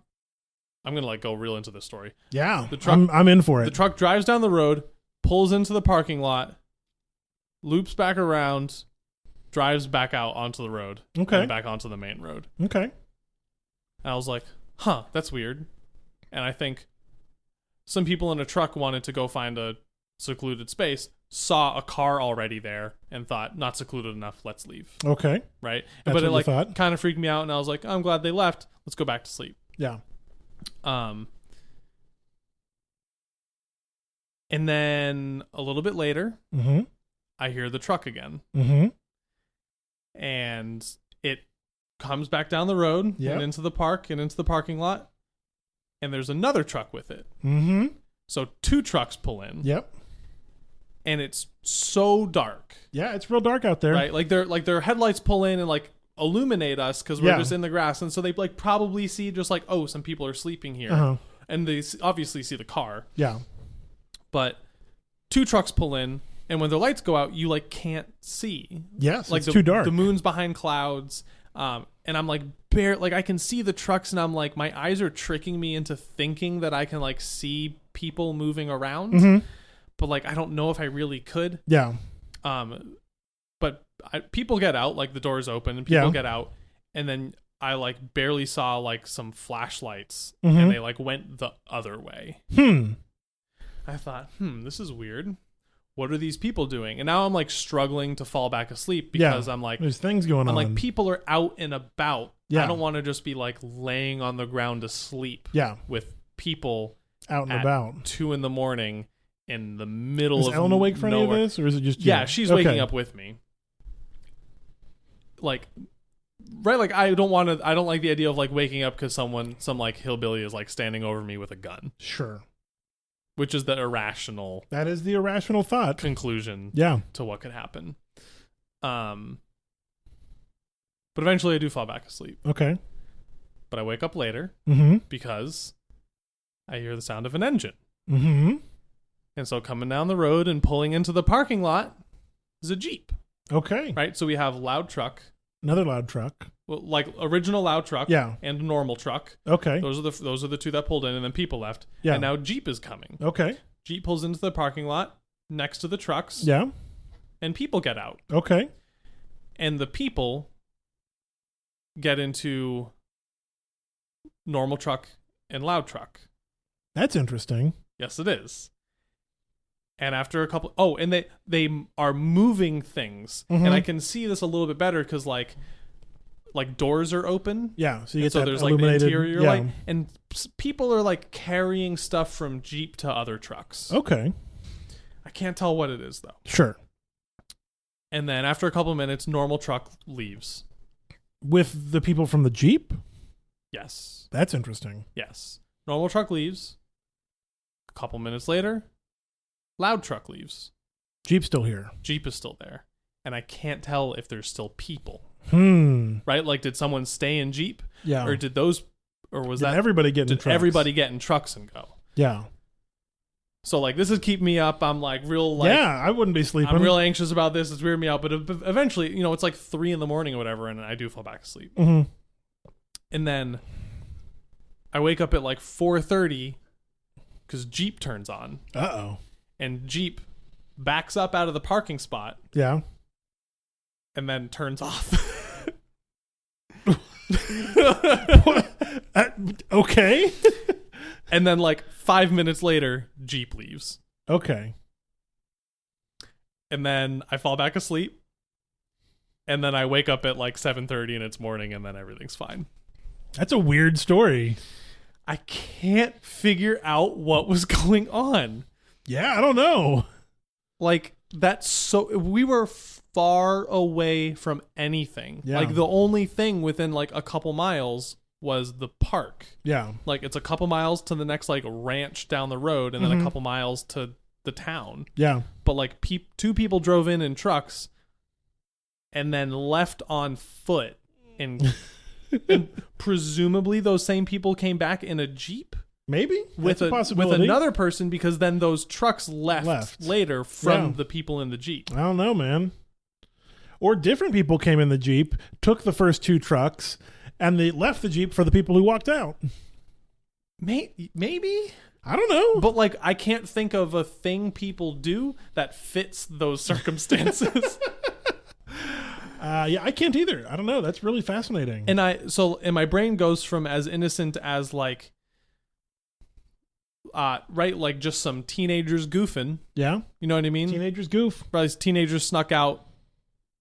Speaker 1: I'm gonna like go real into this story.
Speaker 2: Yeah.
Speaker 1: The truck-
Speaker 2: I'm, I'm in for
Speaker 1: The
Speaker 2: it.
Speaker 1: truck drives down the road, pulls into the parking lot, loops back around, drives back out onto the road,
Speaker 2: Okay.
Speaker 1: and back onto the main road.
Speaker 2: okay.
Speaker 1: And I was like, huh, that's weird. And I think some people in a truck wanted to go find a secluded space, saw a car already there, and thought, not secluded enough, let's leave.
Speaker 2: Okay.
Speaker 1: Right?
Speaker 2: That's
Speaker 1: but
Speaker 2: what
Speaker 1: it
Speaker 2: you
Speaker 1: like
Speaker 2: thought?
Speaker 1: kind of freaked me out, and I was like, I'm glad they left. Let's go back to sleep.
Speaker 2: Yeah.
Speaker 1: Um, and then a little bit later,
Speaker 2: Mm-hmm.
Speaker 1: I hear the truck again,
Speaker 2: Mm-hmm.
Speaker 1: and it comes back down the road
Speaker 2: Yep.
Speaker 1: and into the park and into the parking lot, and there's another truck with it.
Speaker 2: Mm-hmm.
Speaker 1: So two trucks pull in,
Speaker 2: Yep.
Speaker 1: and it's so dark,
Speaker 2: Yeah. It's real dark out there.
Speaker 1: right? Like their like their headlights pull in and like illuminate us because we're
Speaker 2: Yeah.
Speaker 1: just in the grass, and so they like probably see just like oh some people are sleeping here,
Speaker 2: Uh-huh.
Speaker 1: and they s- obviously see the car.
Speaker 2: Yeah.
Speaker 1: but two trucks pull in and when the lights go out you like can't see
Speaker 2: Yes.
Speaker 1: like
Speaker 2: it's
Speaker 1: the,
Speaker 2: too dark.
Speaker 1: the moon's behind clouds um and i'm like bare like i can see the trucks and i'm like my eyes are tricking me into thinking that i can like see people moving around
Speaker 2: Mhm.
Speaker 1: but like i don't know if i really could
Speaker 2: Yeah.
Speaker 1: um but I, people get out like the doors open and people
Speaker 2: Yeah.
Speaker 1: get out and then i like barely saw like some flashlights
Speaker 2: Mhm.
Speaker 1: and they like went the other way
Speaker 2: Hmm.
Speaker 1: I thought, hmm, this is weird. What are these people doing? And now I'm like struggling to fall back asleep
Speaker 2: Yeah.
Speaker 1: because I'm like,
Speaker 2: There's things going
Speaker 1: I'm
Speaker 2: on.
Speaker 1: like, people are out and about.
Speaker 2: Yeah.
Speaker 1: I don't want to just be like laying on the ground asleep
Speaker 2: yeah.
Speaker 1: with people
Speaker 2: Out and
Speaker 1: at
Speaker 2: about.
Speaker 1: two in the morning in the middle
Speaker 2: Is
Speaker 1: of
Speaker 2: Ellen awake for any of
Speaker 1: nowhere.
Speaker 2: this, or is it just? you?
Speaker 1: Yeah, she's
Speaker 2: Okay.
Speaker 1: waking up with me. Like, right? Like, I don't want to. I don't like the idea of like waking up because someone, some like hillbilly, is like standing over me with a gun,
Speaker 2: Sure.
Speaker 1: which is the irrational
Speaker 2: That is the irrational thought.
Speaker 1: conclusion
Speaker 2: Yeah.
Speaker 1: to what could happen. Um, but eventually I do fall back asleep.
Speaker 2: Okay.
Speaker 1: But I wake up later
Speaker 2: Mm-hmm.
Speaker 1: because I hear the sound of an engine.
Speaker 2: Mm-hmm.
Speaker 1: And so coming down the road and pulling into the parking lot is a Jeep,
Speaker 2: Okay.
Speaker 1: right? So we have loud truck,
Speaker 2: Another loud truck.
Speaker 1: well, like original loud truck
Speaker 2: Yeah.
Speaker 1: and normal truck.
Speaker 2: Okay.
Speaker 1: Those are the those are the two that pulled in and then people left.
Speaker 2: Yeah.
Speaker 1: And now Jeep is coming.
Speaker 2: Okay.
Speaker 1: Jeep pulls into the parking lot next to the trucks
Speaker 2: Yeah.
Speaker 1: and people get out.
Speaker 2: Okay.
Speaker 1: and the people get into normal truck and loud truck.
Speaker 2: That's interesting.
Speaker 1: Yes, it is. And after a couple, oh, and they they are moving things,
Speaker 2: Mhm.
Speaker 1: and I can see this a little bit better because like like doors are open,
Speaker 2: Yeah. So you
Speaker 1: and
Speaker 2: get
Speaker 1: so
Speaker 2: that
Speaker 1: there's like
Speaker 2: illuminated.
Speaker 1: interior
Speaker 2: yeah.
Speaker 1: light, and s- people are like carrying stuff from Jeep to other trucks.
Speaker 2: Okay.
Speaker 1: I can't tell what it is though.
Speaker 2: Sure.
Speaker 1: And then after a couple minutes, normal truck leaves.
Speaker 2: With the people from the jeep.
Speaker 1: Yes.
Speaker 2: That's interesting.
Speaker 1: Yes. Normal truck leaves. A couple minutes later, loud truck leaves.
Speaker 2: Jeep's still here.
Speaker 1: Jeep is still there. And I can't tell if there's still people,
Speaker 2: Hmm.
Speaker 1: right? Like, did someone stay in Jeep?
Speaker 2: Yeah.
Speaker 1: Or did those, or was
Speaker 2: Did
Speaker 1: that,
Speaker 2: everybody get in
Speaker 1: did
Speaker 2: trucks?
Speaker 1: everybody get in trucks and go?
Speaker 2: Yeah.
Speaker 1: So, like, this is keeping me up. I'm like, real, like,
Speaker 2: yeah. I wouldn't be sleeping.
Speaker 1: I'm real anxious about this. It's weirding me out. But ev- eventually, you know, it's like three in the morning or whatever, and I do fall back asleep.
Speaker 2: Mhm.
Speaker 1: and then I wake up at like 4:30 because Jeep turns on,
Speaker 2: Uh oh.
Speaker 1: and Jeep backs up out of the parking spot
Speaker 2: Yeah.
Speaker 1: and then turns off.
Speaker 2: Uh, okay.
Speaker 1: and then like five minutes later, Jeep leaves,
Speaker 2: okay.
Speaker 1: and then I fall back asleep, and then I wake up at like 7:30 and it's morning, and then everything's fine.
Speaker 2: That's a weird story.
Speaker 1: I can't figure out what was going on.
Speaker 2: Yeah, I don't know.
Speaker 1: like that's so we were far away from anything
Speaker 2: Yeah.
Speaker 1: like the only thing within like a couple miles was the park
Speaker 2: Yeah.
Speaker 1: like it's a couple miles to the next like ranch down the road and
Speaker 2: Mm-hmm.
Speaker 1: then a couple miles to the town
Speaker 2: Yeah.
Speaker 1: but like peop two people drove in in trucks and then left on foot and, and presumably those same people came back in a jeep
Speaker 2: Maybe
Speaker 1: with
Speaker 2: That's a,
Speaker 1: a, with
Speaker 2: possibility.
Speaker 1: another person because then those trucks left,
Speaker 2: Left.
Speaker 1: later from
Speaker 2: Yeah.
Speaker 1: the people in the jeep.
Speaker 2: I don't know, man. Or different people came in the jeep, took the first two trucks, and they left the jeep for the people who walked out.
Speaker 1: May- maybe,
Speaker 2: I don't know.
Speaker 1: but like I can't think of a thing people do that fits those circumstances.
Speaker 2: Uh, yeah, I can't either. I don't know. That's really fascinating.
Speaker 1: and I so and my brain goes from as innocent as like uh right like just some teenagers goofing,
Speaker 2: yeah,
Speaker 1: you know what I mean?
Speaker 2: teenagers goof.
Speaker 1: Probably teenagers snuck out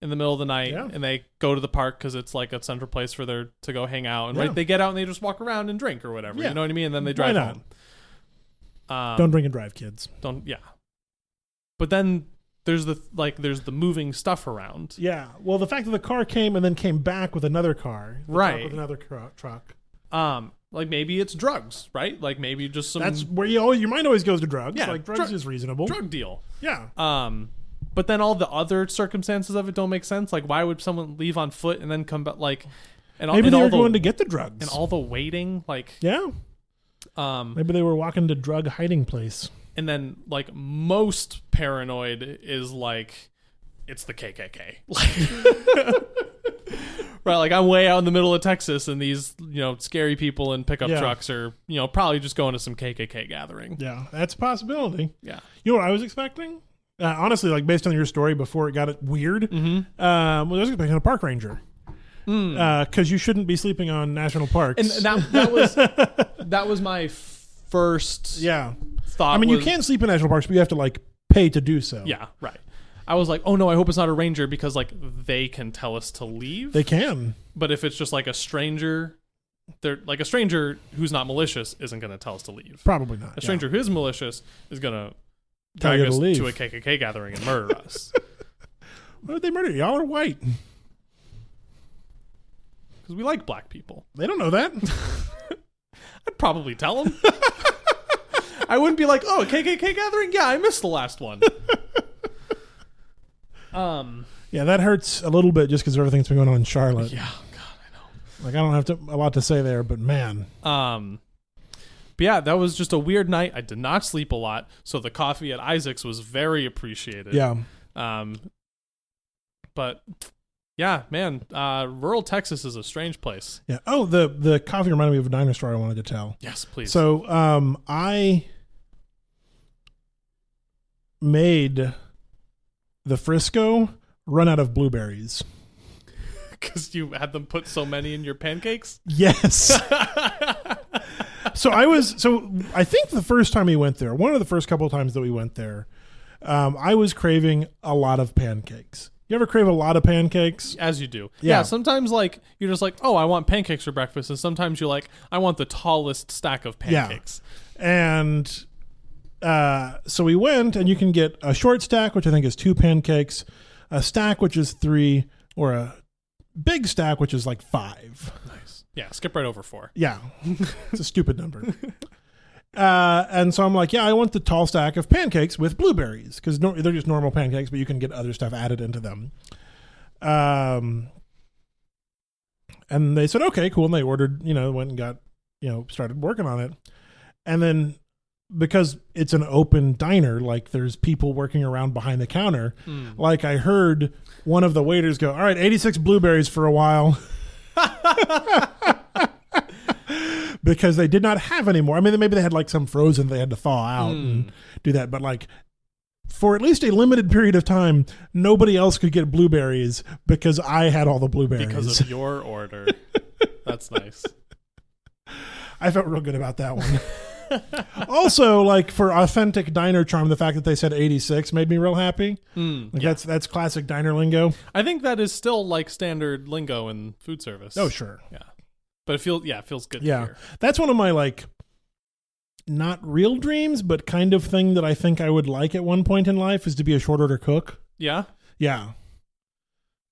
Speaker 1: in the middle of the night
Speaker 2: Yeah.
Speaker 1: and they go to the park because it's like a central place for their to go hang out and
Speaker 2: Yeah.
Speaker 1: right they get out and they just walk around and drink or whatever
Speaker 2: Yeah.
Speaker 1: you know what i mean and then they
Speaker 2: Why
Speaker 1: drive
Speaker 2: not?
Speaker 1: home um,
Speaker 2: Don't drink and drive, kids.
Speaker 1: don't yeah but then there's the like there's the moving stuff around
Speaker 2: Yeah. Well, the fact that the car came and then came back with another car, the truck
Speaker 1: Right.
Speaker 2: With another cr- truck.
Speaker 1: um like maybe it's drugs right like maybe just some
Speaker 2: That's where you always your mind always goes to drugs.
Speaker 1: Yeah,
Speaker 2: like drugs
Speaker 1: drug-
Speaker 2: is reasonable.
Speaker 1: drug deal
Speaker 2: Yeah.
Speaker 1: um but then all the other circumstances of it don't make sense like why would someone leave on foot and then come back like and all,
Speaker 2: Maybe
Speaker 1: and
Speaker 2: they
Speaker 1: all
Speaker 2: were
Speaker 1: the,
Speaker 2: going to get the drugs.
Speaker 1: and all the waiting like
Speaker 2: yeah.
Speaker 1: um
Speaker 2: Maybe they were walking to drug hiding place.
Speaker 1: and then like most paranoid is like it's the KKK. Like- right, like I'm way out in the middle of Texas and these, you know, scary people in pickup
Speaker 2: Yeah.
Speaker 1: trucks are, you know, probably just going to some KKK gathering.
Speaker 2: Yeah, that's a possibility.
Speaker 1: Yeah.
Speaker 2: You know what I was expecting? Uh, honestly, like based on your story before it got it weird,
Speaker 1: Mm-hmm.
Speaker 2: um, I was expecting a park ranger because you shouldn't be sleeping on national parks.
Speaker 1: Hmm. And uh, that that was that was my first
Speaker 2: yeah,
Speaker 1: thought.
Speaker 2: I mean you
Speaker 1: was-
Speaker 2: can sleep in national parks, but you have to like pay to do so.
Speaker 1: Yeah, right. I was like, "Oh no, I hope it's not a ranger because like they can tell us to leave."
Speaker 2: they can.
Speaker 1: but if it's just like a stranger, they're like a stranger who's not malicious isn't going to tell us to leave.
Speaker 2: Probably not.
Speaker 1: A stranger who is malicious is gonna
Speaker 2: Tell
Speaker 1: drag
Speaker 2: you to
Speaker 1: us to,
Speaker 2: leave.
Speaker 1: a KKK gathering and murder us
Speaker 2: Yeah. Why would they murder you? Y'all are white.
Speaker 1: because we like black people.
Speaker 2: They don't know that.
Speaker 1: I'd probably tell them. I wouldn't be like, "Oh, a KKK gathering? Yeah, I missed the last one." um.
Speaker 2: yeah, that hurts a little bit just because everything's been going on in Charlotte.
Speaker 1: Yeah. God,
Speaker 2: Like I don't have to, a lot to say there, but man,
Speaker 1: I know. Um. But yeah, that was just a weird night. I did not sleep a lot, so the coffee at Isaac's was very appreciated.
Speaker 2: yeah,
Speaker 1: Um. But yeah, man, uh, rural Texas is a strange place.
Speaker 2: yeah. Oh, the the coffee reminded me of a diner story I wanted to tell.
Speaker 1: Yes, please.
Speaker 2: So um, I made the Frisco run out of blueberries.
Speaker 1: Because you had them put so many in your pancakes?
Speaker 2: Yes. so I was so I think the first time we went there, one of the first couple of times that we went there, um, I was craving a lot of pancakes. You ever crave a lot of pancakes?
Speaker 1: As you do.
Speaker 2: Yeah.
Speaker 1: sometimes, like, you're just like, oh, I want pancakes for breakfast. And sometimes you're like, I want the tallest stack of pancakes.
Speaker 2: and uh, so we went and you can get a short stack which i think is two pancakes a stack which is three or a big stack which is like five
Speaker 1: Nice. Yeah, skip right over four.
Speaker 2: yeah it's a stupid number uh, and so i'm like yeah i want the tall stack of pancakes with blueberries because no, they're just normal pancakes but you can get other stuff added into them um, and they said okay cool and they ordered you know went and got you know started working on it and then because it's an open diner like there's people working around behind the counter
Speaker 1: Hmm.
Speaker 2: like i heard one of the waiters go all right 86 blueberries for a while because they did not have any more. I mean, maybe they had like some frozen they had to thaw out
Speaker 1: Hmm.
Speaker 2: and do that, but like for at least a limited period of time, nobody else could get blueberries because I had all the blueberries.
Speaker 1: because of your order. That's nice.
Speaker 2: I felt real good about that one. also, like for authentic diner charm, the fact that they said 86 made me real happy.
Speaker 1: Hmm.
Speaker 2: Like that's that's classic diner lingo.
Speaker 1: I think that is still like standard lingo in food service.
Speaker 2: Oh, sure.
Speaker 1: Yeah. But it feels yeah, it feels good to
Speaker 2: Yeah.
Speaker 1: hear.
Speaker 2: That's one of my like not real dreams, but kind of thing that I think I would like at one point in life is to be a short order cook.
Speaker 1: Yeah.
Speaker 2: Yeah.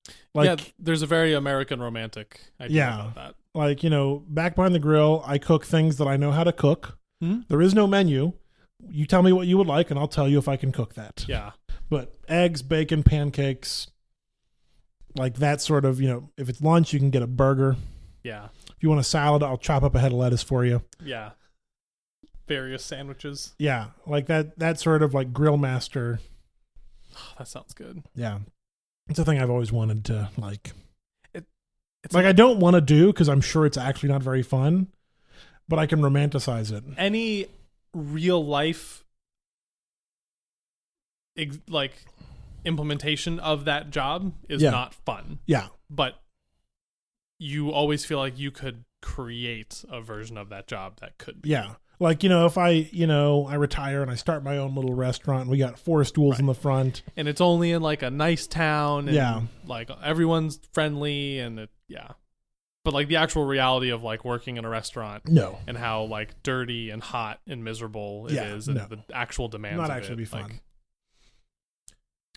Speaker 1: yeah,
Speaker 2: Like
Speaker 1: there's a very American romantic idea
Speaker 2: Yeah.
Speaker 1: about that.
Speaker 2: like, you know, back behind the grill, I cook things that I know how to cook.
Speaker 1: Hmm?
Speaker 2: There is no menu. You tell me what you would like and I'll tell you if I can cook that.
Speaker 1: Yeah.
Speaker 2: but eggs, bacon, pancakes, like that sort of, you know, if it's lunch, you can get a burger.
Speaker 1: Yeah.
Speaker 2: If you want a salad, I'll chop up a head of lettuce for you.
Speaker 1: Yeah. Various sandwiches.
Speaker 2: Yeah, like that that sort of like grill master.
Speaker 1: that sounds good.
Speaker 2: Yeah. It's a thing I've always wanted to like.
Speaker 1: It- it's
Speaker 2: like I don't want to do because I'm sure it's actually not very fun, but I can romanticize it.
Speaker 1: Any real life ex- like implementation of that job is
Speaker 2: Yeah.
Speaker 1: not fun,
Speaker 2: Yeah,
Speaker 1: but you always feel like you could create a version of that job that could be.
Speaker 2: yeah. Like you know, if I you know I retire and I start my own little restaurant, and we got four stools in the front.
Speaker 1: And it's only in like a nice town and
Speaker 2: Yeah.
Speaker 1: like everyone's friendly and it, yeah. But like the actual reality of like working in a restaurant
Speaker 2: No,
Speaker 1: and how like dirty and hot and miserable it is,
Speaker 2: Yeah,
Speaker 1: and
Speaker 2: no.
Speaker 1: the actual demands
Speaker 2: Not
Speaker 1: of
Speaker 2: actually
Speaker 1: it,
Speaker 2: be fun.
Speaker 1: like-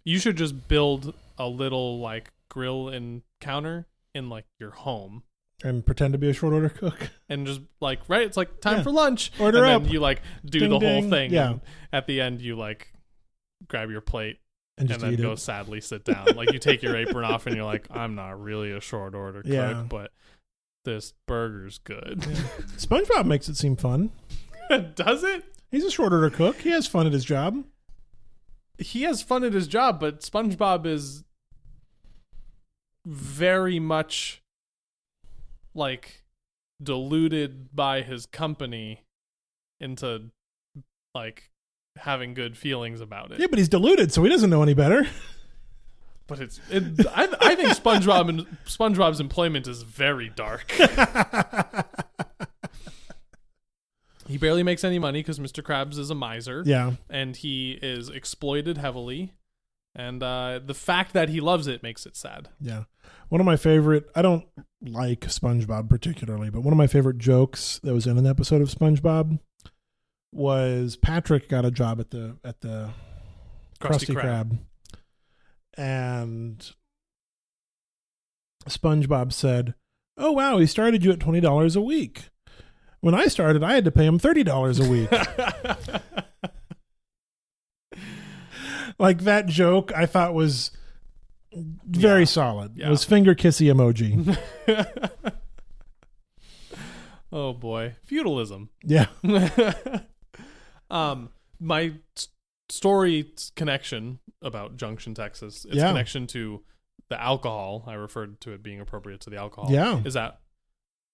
Speaker 1: you should just build a little like grill and counter in like your home
Speaker 2: and pretend to be a short order cook.
Speaker 1: and just like right it's like time
Speaker 2: Yeah.
Speaker 1: for lunch
Speaker 2: Order
Speaker 1: and
Speaker 2: up.
Speaker 1: then you like do
Speaker 2: Ding,
Speaker 1: the
Speaker 2: ding.
Speaker 1: whole thing
Speaker 2: Yeah.
Speaker 1: and at the end you like grab your plate
Speaker 2: and
Speaker 1: and
Speaker 2: just
Speaker 1: then
Speaker 2: eat
Speaker 1: go
Speaker 2: it.
Speaker 1: sadly sit down like you take your apron off and you're like i'm not really a short order cook
Speaker 2: Yeah.
Speaker 1: but this burger's good
Speaker 2: SpongeBob makes it seem fun.
Speaker 1: does it
Speaker 2: He's a short order cook. He has fun at his job.
Speaker 1: he has fun at his job, but SpongeBob is very much like deluded by his company into like having good feelings about it.
Speaker 2: Yeah, but he's deluded, so he doesn't know any better.
Speaker 1: But it's it, I, I think SpongeBob and SpongeBob's employment is very dark. he barely makes any money because Mr. Krabs is a miser.
Speaker 2: Yeah,
Speaker 1: and he is exploited heavily. And uh, the fact that he loves it makes it sad.
Speaker 2: yeah. One of my favorite. I don't like SpongeBob particularly, but one of my favorite jokes that was in an episode of SpongeBob was Patrick got a job at the at the Krusty, Krab. And SpongeBob said, Oh, wow, he started you at $20 a week. When I started, I had to pay him $30 a week. like that joke, I thought was very
Speaker 1: Yeah.
Speaker 2: solid. It
Speaker 1: Yeah.
Speaker 2: was finger kissy emoji.
Speaker 1: oh boy, feudalism.
Speaker 2: yeah.
Speaker 1: um, my s- story connection about Junction, Texas, its
Speaker 2: Yeah.
Speaker 1: connection to the alcohol. I referred to it being appropriate to the alcohol.
Speaker 2: Yeah.
Speaker 1: is that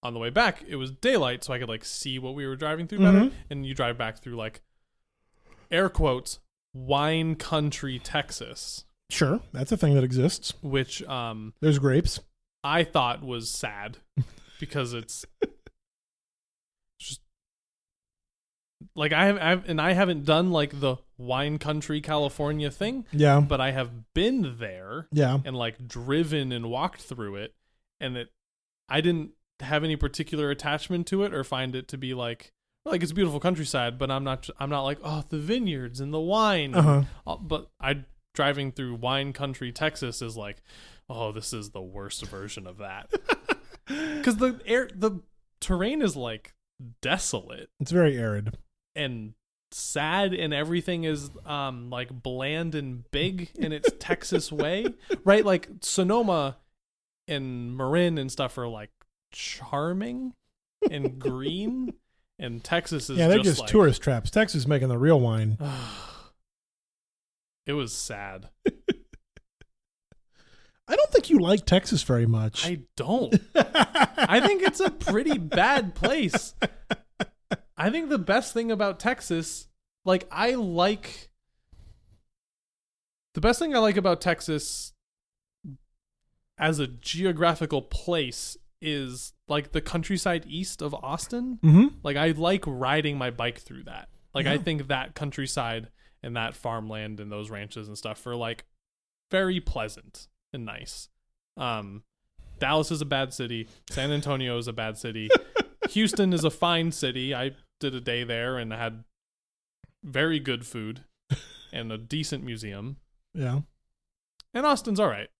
Speaker 1: on the way back it was daylight, so I could like see what we were driving through
Speaker 2: Mhm.
Speaker 1: better. And you drive back through like air quotes wine country Texas,
Speaker 2: Sure. That's a thing that exists.
Speaker 1: which um
Speaker 2: There's grapes.
Speaker 1: I thought was sad because it's just like I have, I have and I haven't done like the wine country California thing,
Speaker 2: Yeah.
Speaker 1: but I have been there
Speaker 2: Yeah.
Speaker 1: and like driven and walked through it and it I didn't have any particular attachment to it or find it to be like like it's beautiful countryside, but I'm not I'm not like oh the vineyards and the wine and
Speaker 2: Uh huh.
Speaker 1: uh, but I driving through wine country Texas is like, oh, this is the worst version of that because the air the terrain is like desolate
Speaker 2: It's very arid.
Speaker 1: and sad and everything is um like bland and big in its Texas way, right? Like Sonoma and Marin and stuff are like charming and green, and Texas is
Speaker 2: Yeah, they're
Speaker 1: just,
Speaker 2: just,
Speaker 1: like,
Speaker 2: tourist traps. Texas is making the real wine.
Speaker 1: It was sad.
Speaker 2: I don't think you like Texas very much.
Speaker 1: I don't. I think it's a pretty bad place. I think the best thing about Texas, like I like the best thing I like about Texas as a geographical place is like the countryside east of Austin.
Speaker 2: Mm-hmm.
Speaker 1: Like I like riding my bike through that. Like I
Speaker 2: Yeah.
Speaker 1: think that countryside and that farmland and those ranches and stuff are like very pleasant and nice. Um Dallas is a bad city, San Antonio is a bad city. Houston is a fine city. I did a day there and had very good food and a decent museum.
Speaker 2: Yeah.
Speaker 1: And Austin's all right.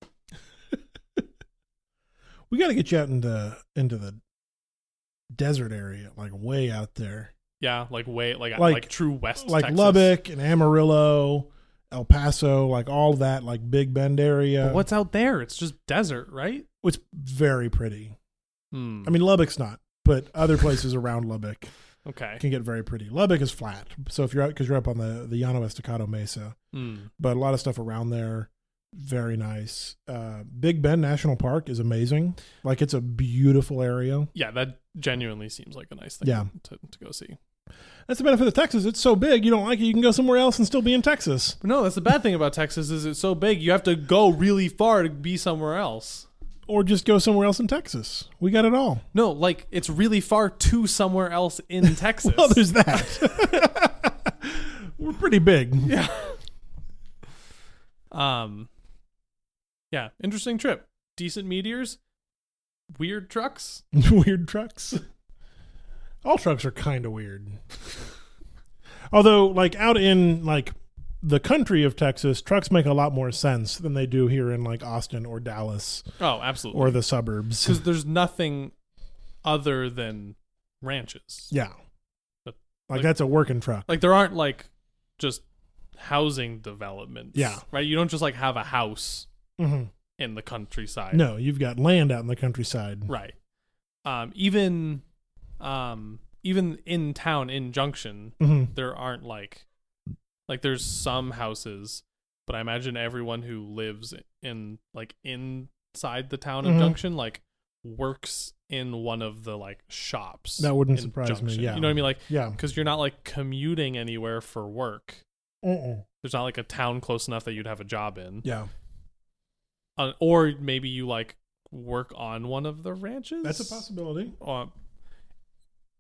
Speaker 2: We got to get you out into into the desert area, like way out there,
Speaker 1: Yeah, like way like like,
Speaker 2: Like-
Speaker 1: true west
Speaker 2: like
Speaker 1: Texas.
Speaker 2: Lubbock and Amarillo, El Paso, like all that, like Big Bend area.
Speaker 1: But what's out there? It's just desert, right?
Speaker 2: It's very pretty.
Speaker 1: Hmm.
Speaker 2: I mean, Lubbock's not, but other places around Lubbock
Speaker 1: Okay.
Speaker 2: can get very pretty. Lubbock is flat, so if you're out because you're up on the the Llano Estacado Mesa,
Speaker 1: Hmm.
Speaker 2: but a lot of stuff around there. Very nice. Uh, Big Bend National Park is amazing. Like it's a beautiful area.
Speaker 1: Yeah, that genuinely seems like a nice thing
Speaker 2: Yeah.
Speaker 1: to, to go see.
Speaker 2: That's the benefit of Texas. It's so big, you don't like it, you can go somewhere else and still be in Texas.
Speaker 1: But no, that's the bad thing about Texas is it's so big you have to go really far to be somewhere else.
Speaker 2: Or just go somewhere else in Texas. We got it all.
Speaker 1: No, like it's really far to somewhere else in Texas.
Speaker 2: Well, there's that. We're pretty big.
Speaker 1: yeah. Um Yeah, interesting trip. Decent meteors, weird trucks.
Speaker 2: weird trucks. All trucks are kind of weird. Although, like out in like the country of Texas, trucks make a lot more sense than they do here in like Austin or Dallas
Speaker 1: Oh, absolutely.
Speaker 2: or the suburbs.
Speaker 1: cuz there's nothing other than ranches.
Speaker 2: Yeah,
Speaker 1: But,
Speaker 2: like,
Speaker 1: like-
Speaker 2: that's a working truck.
Speaker 1: Like there aren't like just housing developments.
Speaker 2: Yeah.
Speaker 1: Right? You don't just like have a house
Speaker 2: hmm
Speaker 1: in the countryside.
Speaker 2: No, you've got land out in the countryside.
Speaker 1: Right. Um even um even in town in Junction,
Speaker 2: hmm
Speaker 1: there aren't like like there's some houses, but I imagine everyone who lives in like inside the town of
Speaker 2: Mhm.
Speaker 1: Junction like works in one of the like shops.
Speaker 2: That wouldn't
Speaker 1: in
Speaker 2: surprise me,
Speaker 1: Junction.
Speaker 2: yeah.
Speaker 1: You know what I mean? Like
Speaker 2: Yeah.
Speaker 1: because you're not like commuting anywhere for work.
Speaker 2: Uh-uh.
Speaker 1: There's not like a town close enough that you'd have a job in,
Speaker 2: Yeah.
Speaker 1: Uh, or maybe you like work on one of the ranches.
Speaker 2: That's a possibility.
Speaker 1: Uh,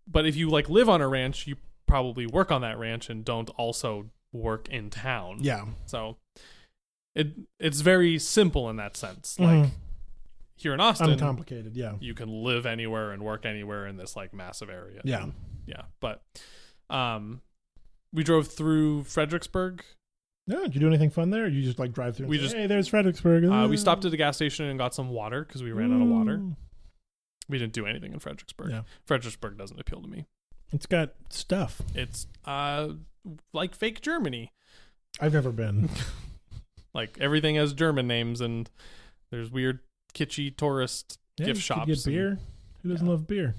Speaker 1: but if you like live on a ranch, you probably work on that ranch and don't also work in town.
Speaker 2: Yeah.
Speaker 1: So it it's very simple in that sense. Like
Speaker 2: Mhm.
Speaker 1: here in Austin,
Speaker 2: Uncomplicated. Yeah.
Speaker 1: you can live anywhere and work anywhere in this like massive area.
Speaker 2: Yeah.
Speaker 1: Yeah. But um we drove through Fredericksburg.
Speaker 2: No, did you do anything fun there? You just like drive through. And
Speaker 1: We
Speaker 2: say,
Speaker 1: just-
Speaker 2: hey, there's Fredericksburg.
Speaker 1: Uh, we stopped at a gas station and got some water because we ran out of water.
Speaker 2: Ooh.
Speaker 1: We didn't do anything in Fredericksburg.
Speaker 2: Mm. Yeah.
Speaker 1: Fredericksburg doesn't appeal to me.
Speaker 2: It's got stuff.
Speaker 1: It's uh like fake Germany.
Speaker 2: I've never been.
Speaker 1: Like everything has German names and there's weird kitschy tourist
Speaker 2: Yeah,
Speaker 1: gift
Speaker 2: you could
Speaker 1: shops.
Speaker 2: Get
Speaker 1: and-
Speaker 2: beer. Who doesn't
Speaker 1: yeah.
Speaker 2: love beer?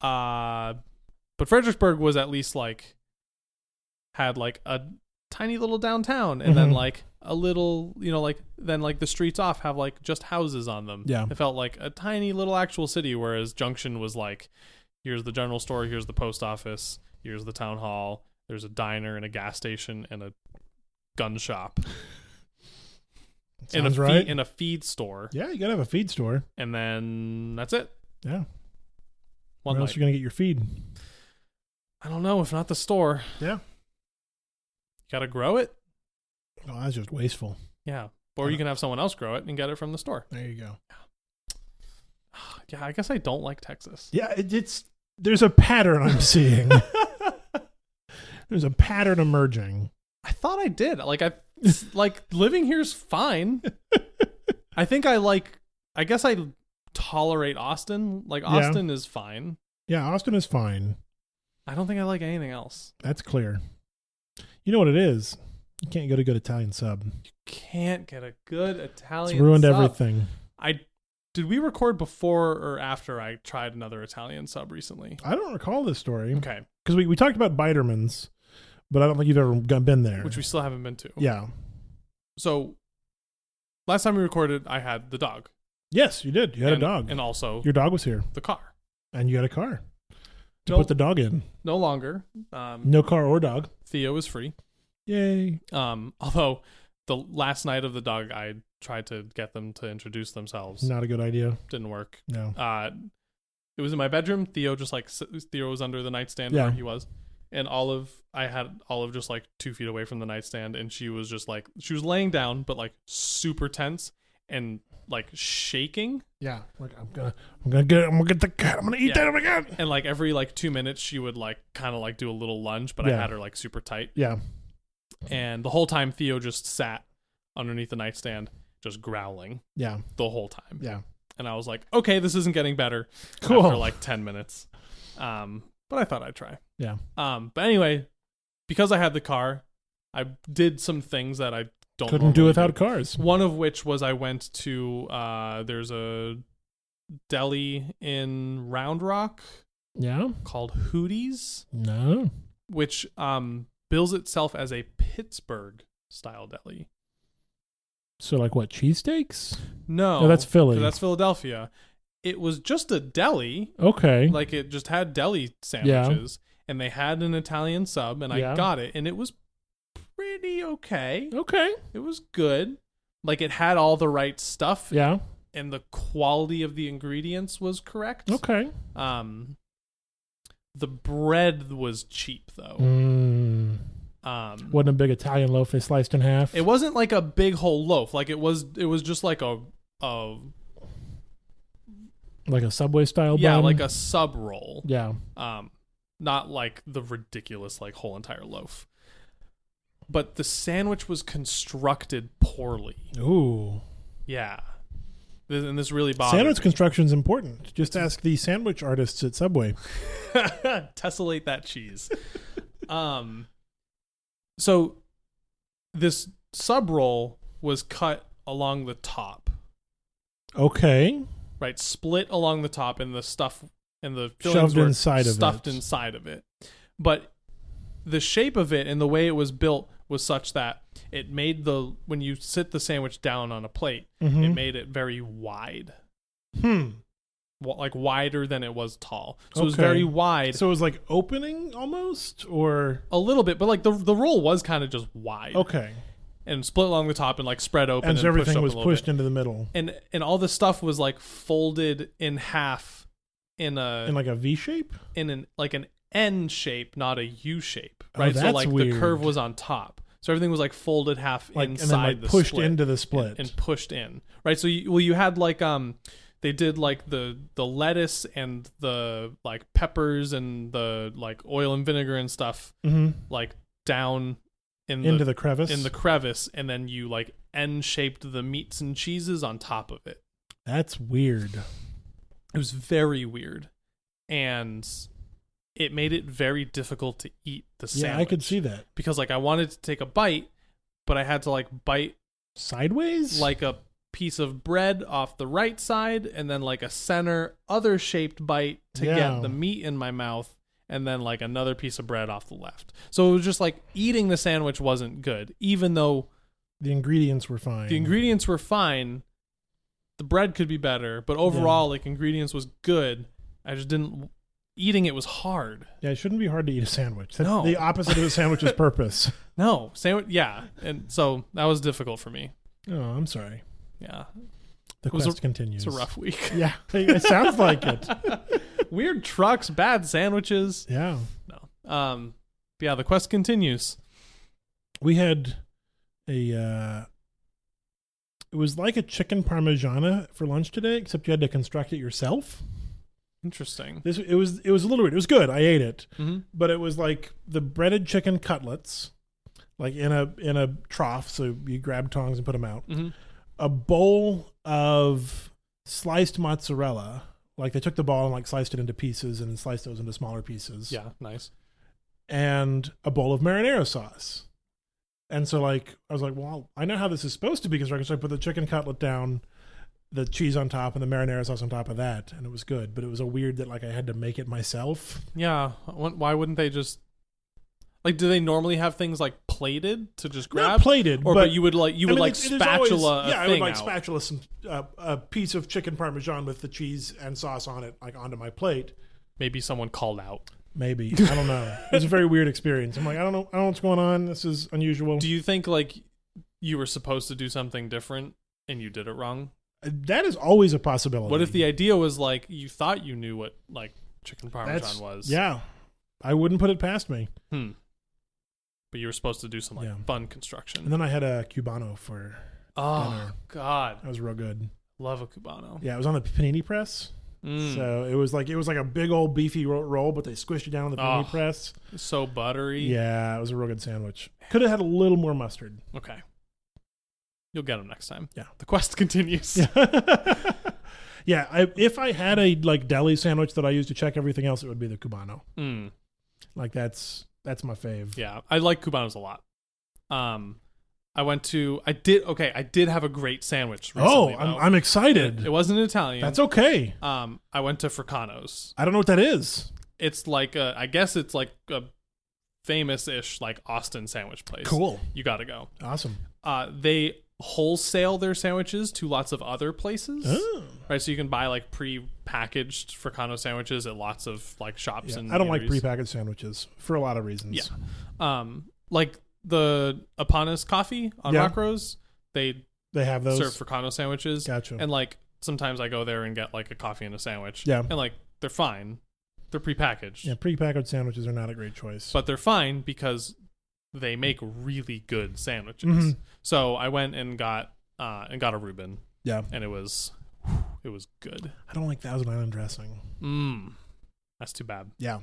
Speaker 1: Uh, but Fredericksburg was at least like had like a tiny little downtown and then
Speaker 2: Mhm.
Speaker 1: like a little you know like then like the streets off have like just houses on them
Speaker 2: Yeah.
Speaker 1: it felt like a tiny little actual city whereas junction was like here's the general store here's the post office here's the town hall there's a diner and a gas station and a gun shop and a
Speaker 2: Sounds
Speaker 1: feed,
Speaker 2: right.
Speaker 1: and a feed store
Speaker 2: yeah, you gotta have a feed store.
Speaker 1: and then that's it
Speaker 2: Yeah.
Speaker 1: one
Speaker 2: Where
Speaker 1: light.
Speaker 2: else you gonna get your feed?
Speaker 1: i don't know if not the store
Speaker 2: Yeah.
Speaker 1: gotta grow it
Speaker 2: Oh, that's just wasteful.
Speaker 1: Yeah. Or you can have someone else grow it and get it from the store.
Speaker 2: There you go.
Speaker 1: Yeah, I guess I don't like Texas.
Speaker 2: Yeah, it, it's there's a pattern I'm seeing. there's a pattern emerging.
Speaker 1: I thought I did. Like I like living here's fine. I think I like I guess I tolerate Austin. Like
Speaker 2: Yeah.
Speaker 1: Austin is fine.
Speaker 2: Yeah, Austin is fine.
Speaker 1: I don't think I like anything else.
Speaker 2: That's clear. You know what it is? You can't go to good Italian sub.
Speaker 1: Can't get a good Italian.
Speaker 2: It's ruined
Speaker 1: sub.
Speaker 2: everything.
Speaker 1: I did we record before or after I tried another Italian sub recently?
Speaker 2: I don't recall this story because
Speaker 1: Okay.
Speaker 2: we, we talked about Biderman's, but I don't think you've ever gone- been there.
Speaker 1: Which we still haven't been to.
Speaker 2: yeah.
Speaker 1: So last time we recorded I had the dog.
Speaker 2: Yes, you did. You had
Speaker 1: and-
Speaker 2: a dog.
Speaker 1: And also
Speaker 2: Your dog was here,
Speaker 1: the car.
Speaker 2: and you had a car. to
Speaker 1: Nope.
Speaker 2: put the dog in.
Speaker 1: No longer. Um,
Speaker 2: No car or dog.
Speaker 1: Theo is free.
Speaker 2: Yay.
Speaker 1: Um, although the last night of the dog, I tried to get them to introduce themselves.
Speaker 2: Not a good idea.
Speaker 1: Didn't work.
Speaker 2: No.
Speaker 1: Uh, it was in my bedroom. Theo just like s- Theo was under the nightstand
Speaker 2: Yeah.
Speaker 1: where he was, and Olive. I had Olive just like two feet away from the nightstand, and she was just like she was laying down, but like super tense and like shaking.
Speaker 2: Yeah. Like I'm gonna I'm gonna get I'm gonna get the cat. I'm gonna eat
Speaker 1: Yeah.
Speaker 2: that again.
Speaker 1: And like every like two minutes, she would like kind of like do a little lunge, but I
Speaker 2: Yeah.
Speaker 1: had her like super tight.
Speaker 2: Yeah.
Speaker 1: And the whole time, Theo just sat underneath the nightstand, just growling
Speaker 2: Yeah.
Speaker 1: the whole time.
Speaker 2: Yeah.
Speaker 1: And I was like, okay, this isn't getting better.
Speaker 2: Cool.
Speaker 1: After like 10 minutes. Um, but I thought I'd try.
Speaker 2: Yeah.
Speaker 1: Um, but anyway, because I had the car, I did some things that I don't
Speaker 2: Couldn't do
Speaker 1: normally
Speaker 2: without cars.
Speaker 1: One of which was I went to uh, there's a deli in Round Rock
Speaker 2: Yeah.
Speaker 1: called Hootie's
Speaker 2: No.
Speaker 1: which um, bills itself as a Pittsburgh style deli.
Speaker 2: So like what? Cheesesteaks?
Speaker 1: No,
Speaker 2: No, that's Philly.
Speaker 1: That's Philadelphia. It was just a deli,
Speaker 2: Okay.
Speaker 1: like it just had deli sandwiches, and they had an Italian sub, and I
Speaker 2: Yeah.
Speaker 1: got it, and it was pretty okay.
Speaker 2: okay.
Speaker 1: It was good. Like it had all the right stuff,
Speaker 2: Yeah.
Speaker 1: and the quality of the ingredients was correct.
Speaker 2: Okay.
Speaker 1: Um, the bread was cheap though.
Speaker 2: Mm.
Speaker 1: Um,
Speaker 2: Wasn't a big Italian loaf they sliced in half.
Speaker 1: It wasn't like a big whole loaf. Like it was. It was just like a, a
Speaker 2: like a subway style
Speaker 1: yeah,
Speaker 2: bun.
Speaker 1: like a sub roll.
Speaker 2: Yeah.
Speaker 1: Um, not like the ridiculous like whole entire loaf. But the sandwich was constructed poorly.
Speaker 2: Ooh.
Speaker 1: Yeah, Th- and this really bothered
Speaker 2: Sandwich construction is important. Just ask the sandwich artists at Subway.
Speaker 1: tessellate that cheese. um, so this sub roll was cut along the top.
Speaker 2: Okay.
Speaker 1: right split along the top and the stuff and the
Speaker 2: Shoved
Speaker 1: fillings were
Speaker 2: inside of
Speaker 1: stuffed
Speaker 2: it.
Speaker 1: inside of it but the shape of it and the way it was built was such that it made the when you sit the sandwich down on a plate it
Speaker 2: Mhm.
Speaker 1: made it very wide
Speaker 2: hmm.
Speaker 1: wa- like wider than it was tall so it was
Speaker 2: Okay.
Speaker 1: very wide
Speaker 2: So it was like opening almost, or
Speaker 1: a little bit but like the the roll was kind of just wide
Speaker 2: okay,
Speaker 1: and split along the top and like spread open
Speaker 2: and,
Speaker 1: and,
Speaker 2: so everything
Speaker 1: pushed up
Speaker 2: was
Speaker 1: a little
Speaker 2: pushed
Speaker 1: bit.
Speaker 2: into the middle
Speaker 1: and and all the stuff was like folded in half in a
Speaker 2: in like a V shape.
Speaker 1: in an like an N shape, not a U shape,
Speaker 2: Oh,
Speaker 1: right? so
Speaker 2: that's
Speaker 1: like
Speaker 2: weird.
Speaker 1: the curve was on top, so everything was like folded half
Speaker 2: Like and then
Speaker 1: inside
Speaker 2: like
Speaker 1: the
Speaker 2: pushed
Speaker 1: split
Speaker 2: into the
Speaker 1: and-
Speaker 2: split.
Speaker 1: and, pushed in, right? So you, well, you had like um, they did like the the lettuce and the like peppers and the like oil and vinegar and stuff
Speaker 2: Mhm.
Speaker 1: like down in
Speaker 2: into
Speaker 1: the,
Speaker 2: the crevice.
Speaker 1: in the crevice, and then you like N shaped the meats and cheeses on top of it.
Speaker 2: That's weird.
Speaker 1: It was very weird, and it made it very difficult to eat the sandwich.
Speaker 2: Yeah, I could see that
Speaker 1: because like I wanted to take a bite, but I had to like bite
Speaker 2: sideways.
Speaker 1: like a piece of bread off the right side and then like a center other shaped bite to
Speaker 2: Yeah.
Speaker 1: get the meat in my mouth and then like another piece of bread off the left. So it was just like eating the sandwich wasn't good even though
Speaker 2: the ingredients were fine.
Speaker 1: the ingredients were fine. The bread could be better, but overall like ingredients was good. I just didn't eating it was hard.
Speaker 2: yeah, it shouldn't be hard to eat a sandwich. That's
Speaker 1: No.
Speaker 2: the opposite of a sandwich's purpose.
Speaker 1: No, sandwich yeah, and so that was difficult for me.
Speaker 2: Oh, I'm sorry.
Speaker 1: Yeah.
Speaker 2: The
Speaker 1: was
Speaker 2: quest continues.
Speaker 1: It's a rough week.
Speaker 2: Yeah, it sounds like it.
Speaker 1: weird trucks, bad sandwiches.
Speaker 2: Yeah.
Speaker 1: No. Um. but yeah, the quest continues.
Speaker 2: we had a uh it was like a chicken parmigiana for lunch today except you had to construct it yourself
Speaker 1: Interesting.
Speaker 2: this it was it was a little weird it was good i ate it
Speaker 1: Mm-hmm.
Speaker 2: but it was like the breaded chicken cutlets like in a in a trough so you grab tongs and put them out
Speaker 1: Mm-hmm.
Speaker 2: a bowl of sliced mozzarella like they took the ball and like sliced it into pieces and sliced those into smaller pieces
Speaker 1: Yeah. Nice.
Speaker 2: and a bowl of marinara sauce. And so, like, I was like, well, I know how this is supposed to be because I put the chicken cutlet down, the cheese on top, and the marinara sauce on top of that, and it was good. But it was a weird that like I had to make it myself.
Speaker 1: Yeah. wh- Why wouldn't they just like? Do they normally have things like plated to just grab?
Speaker 2: Not plated,
Speaker 1: or
Speaker 2: but,
Speaker 1: but you would like you
Speaker 2: I
Speaker 1: would
Speaker 2: mean,
Speaker 1: like
Speaker 2: it's- it is always-
Speaker 1: spatula a
Speaker 2: yeah, I
Speaker 1: thing
Speaker 2: would like
Speaker 1: out.
Speaker 2: spatula some uh, a piece of chicken parmesan with the cheese and sauce on it, like onto my plate.
Speaker 1: maybe someone called out.
Speaker 2: Maybe I don't know. It was a very weird experience. I'm like, I don't know, I don't know what's going on. This is unusual.
Speaker 1: Do you think like you were supposed to do something different and you did it wrong?
Speaker 2: that is always a possibility.
Speaker 1: What if the idea was like you thought you knew what like chicken parmesan
Speaker 2: That's-
Speaker 1: was?
Speaker 2: Yeah, I wouldn't put it past me.
Speaker 1: Hmm. But you were supposed to do some like
Speaker 2: Yeah.
Speaker 1: fun
Speaker 2: And
Speaker 1: construction.
Speaker 2: then I had a cubano for
Speaker 1: Oh
Speaker 2: Dinner.
Speaker 1: God,
Speaker 2: that was real good.
Speaker 1: love a cubano.
Speaker 2: Yeah, it was on the panini press.
Speaker 1: Mm. So,
Speaker 2: So it was like it was like a big old beefy ro- roll, but they squished it down on the panini
Speaker 1: Oh.
Speaker 2: press.
Speaker 1: buttery.
Speaker 2: Yeah, it was a real good sandwich. Could have had a little more mustard.
Speaker 1: Okay. You'll get them next time.
Speaker 2: Yeah.
Speaker 1: The quest continues.
Speaker 2: yeah, I, if I had a like deli sandwich that I used to check everything else, it would be the cubano.
Speaker 1: Mm.
Speaker 2: Like that's that's my fave.
Speaker 1: Yeah, I like cubanos a lot. Um, I went to I did okay. I did have a great sandwich.
Speaker 2: oh,
Speaker 1: Recently,
Speaker 2: I'm,
Speaker 1: though.
Speaker 2: I'm
Speaker 1: It
Speaker 2: excited.
Speaker 1: wasn't Italian.
Speaker 2: That's okay.
Speaker 1: um, I went to Fricano's.
Speaker 2: I don't know what that is.
Speaker 1: It's like a, I guess it's like a famous-ish like Austin sandwich place.
Speaker 2: Cool.
Speaker 1: You got to go.
Speaker 2: Awesome.
Speaker 1: Uh, they wholesale their sandwiches to lots of other places.
Speaker 2: Oh.
Speaker 1: Right, so you can buy like pre-packaged Fricano sandwiches at lots of like shops
Speaker 2: Yeah,
Speaker 1: and
Speaker 2: I don't like
Speaker 1: eateries.
Speaker 2: prepackaged sandwiches for a lot of reasons.
Speaker 1: Yeah. Um, like the Apanas coffee on
Speaker 2: Yeah.
Speaker 1: Rock Rose, they
Speaker 2: They have those.
Speaker 1: serve Fricano sandwiches.
Speaker 2: Gotcha.
Speaker 1: And like sometimes I go there and get like a coffee and a sandwich.
Speaker 2: Yeah.
Speaker 1: And like they're fine. They're prepackaged.
Speaker 2: yeah, prepackaged sandwiches are not a great choice.
Speaker 1: But they're fine because they make really good sandwiches.
Speaker 2: Mhm.
Speaker 1: So I went and got uh and got a Reuben
Speaker 2: yeah,
Speaker 1: and it was it was good.
Speaker 2: I don't like Thousand Island dressing.
Speaker 1: Mmm. That's too bad.
Speaker 2: Yeah,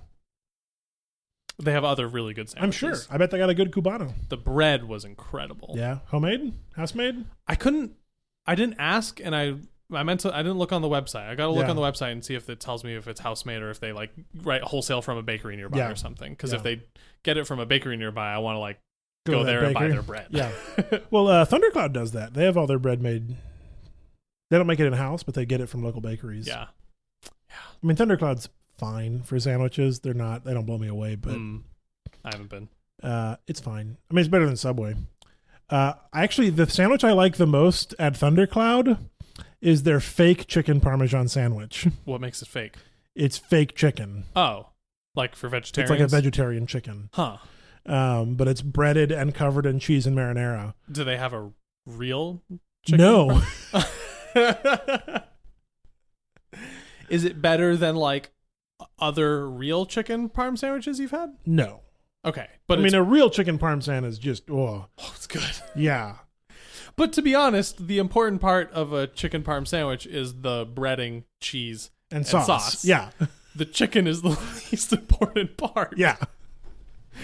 Speaker 1: They have other really good
Speaker 2: I'm
Speaker 1: sandwiches.
Speaker 2: sure. I bet they got a good cubano.
Speaker 1: The bread was incredible.
Speaker 2: Yeah, homemade, house-made.
Speaker 1: I couldn't. I didn't ask, and I I meant to. I didn't look on the website. I got to look
Speaker 2: Yeah.
Speaker 1: on the website and see if it tells me if it's house made or if they like write wholesale from a bakery nearby
Speaker 2: Yeah.
Speaker 1: or something. Because if
Speaker 2: Yeah.
Speaker 1: they get it from a bakery nearby, I want to like
Speaker 2: Go
Speaker 1: go,
Speaker 2: to that
Speaker 1: there and buy
Speaker 2: bakery.
Speaker 1: their bread.
Speaker 2: Yeah. Well, uh, Thundercloud does that. They have all their bread made. They don't make it in house, but they get it from local bakeries.
Speaker 1: yeah.
Speaker 2: I mean, Thundercloud's fine for sandwiches. They're not. They don't blow me away, but
Speaker 1: Mm. I haven't been.
Speaker 2: uh, it's fine. I mean, it's better than Subway. Uh, actually, the sandwich I like the most at Thundercloud is their fake chicken parmesan sandwich.
Speaker 1: What makes it fake?
Speaker 2: It's fake chicken.
Speaker 1: Oh, like for
Speaker 2: It's
Speaker 1: vegetarians.
Speaker 2: like a vegetarian chicken,
Speaker 1: Huh?
Speaker 2: um, but it's breaded and covered in cheese and marinara.
Speaker 1: Do they have a real? Chicken
Speaker 2: no,
Speaker 1: Is it better than like other real chicken parm sandwiches you've had?
Speaker 2: no.
Speaker 1: Okay, but
Speaker 2: I mean,
Speaker 1: it's,
Speaker 2: a real chicken parmesan is just oh
Speaker 1: oh, it's good.
Speaker 2: yeah.
Speaker 1: But to be honest, the important part of a chicken parm sandwich is the breading, cheese.
Speaker 2: And sauce.
Speaker 1: sauce.
Speaker 2: Yeah.
Speaker 1: The chicken is the least important part.
Speaker 2: Yeah.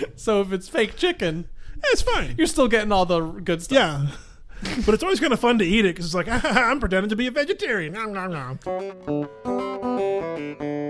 Speaker 2: Eh,
Speaker 1: So if it's fake chicken,
Speaker 2: It's fine.
Speaker 1: you're still getting all the good stuff.
Speaker 2: Yeah. but it's always kind of fun to eat it because it's like, I'm pretending to be a vegetarian. Nom, nom, nom.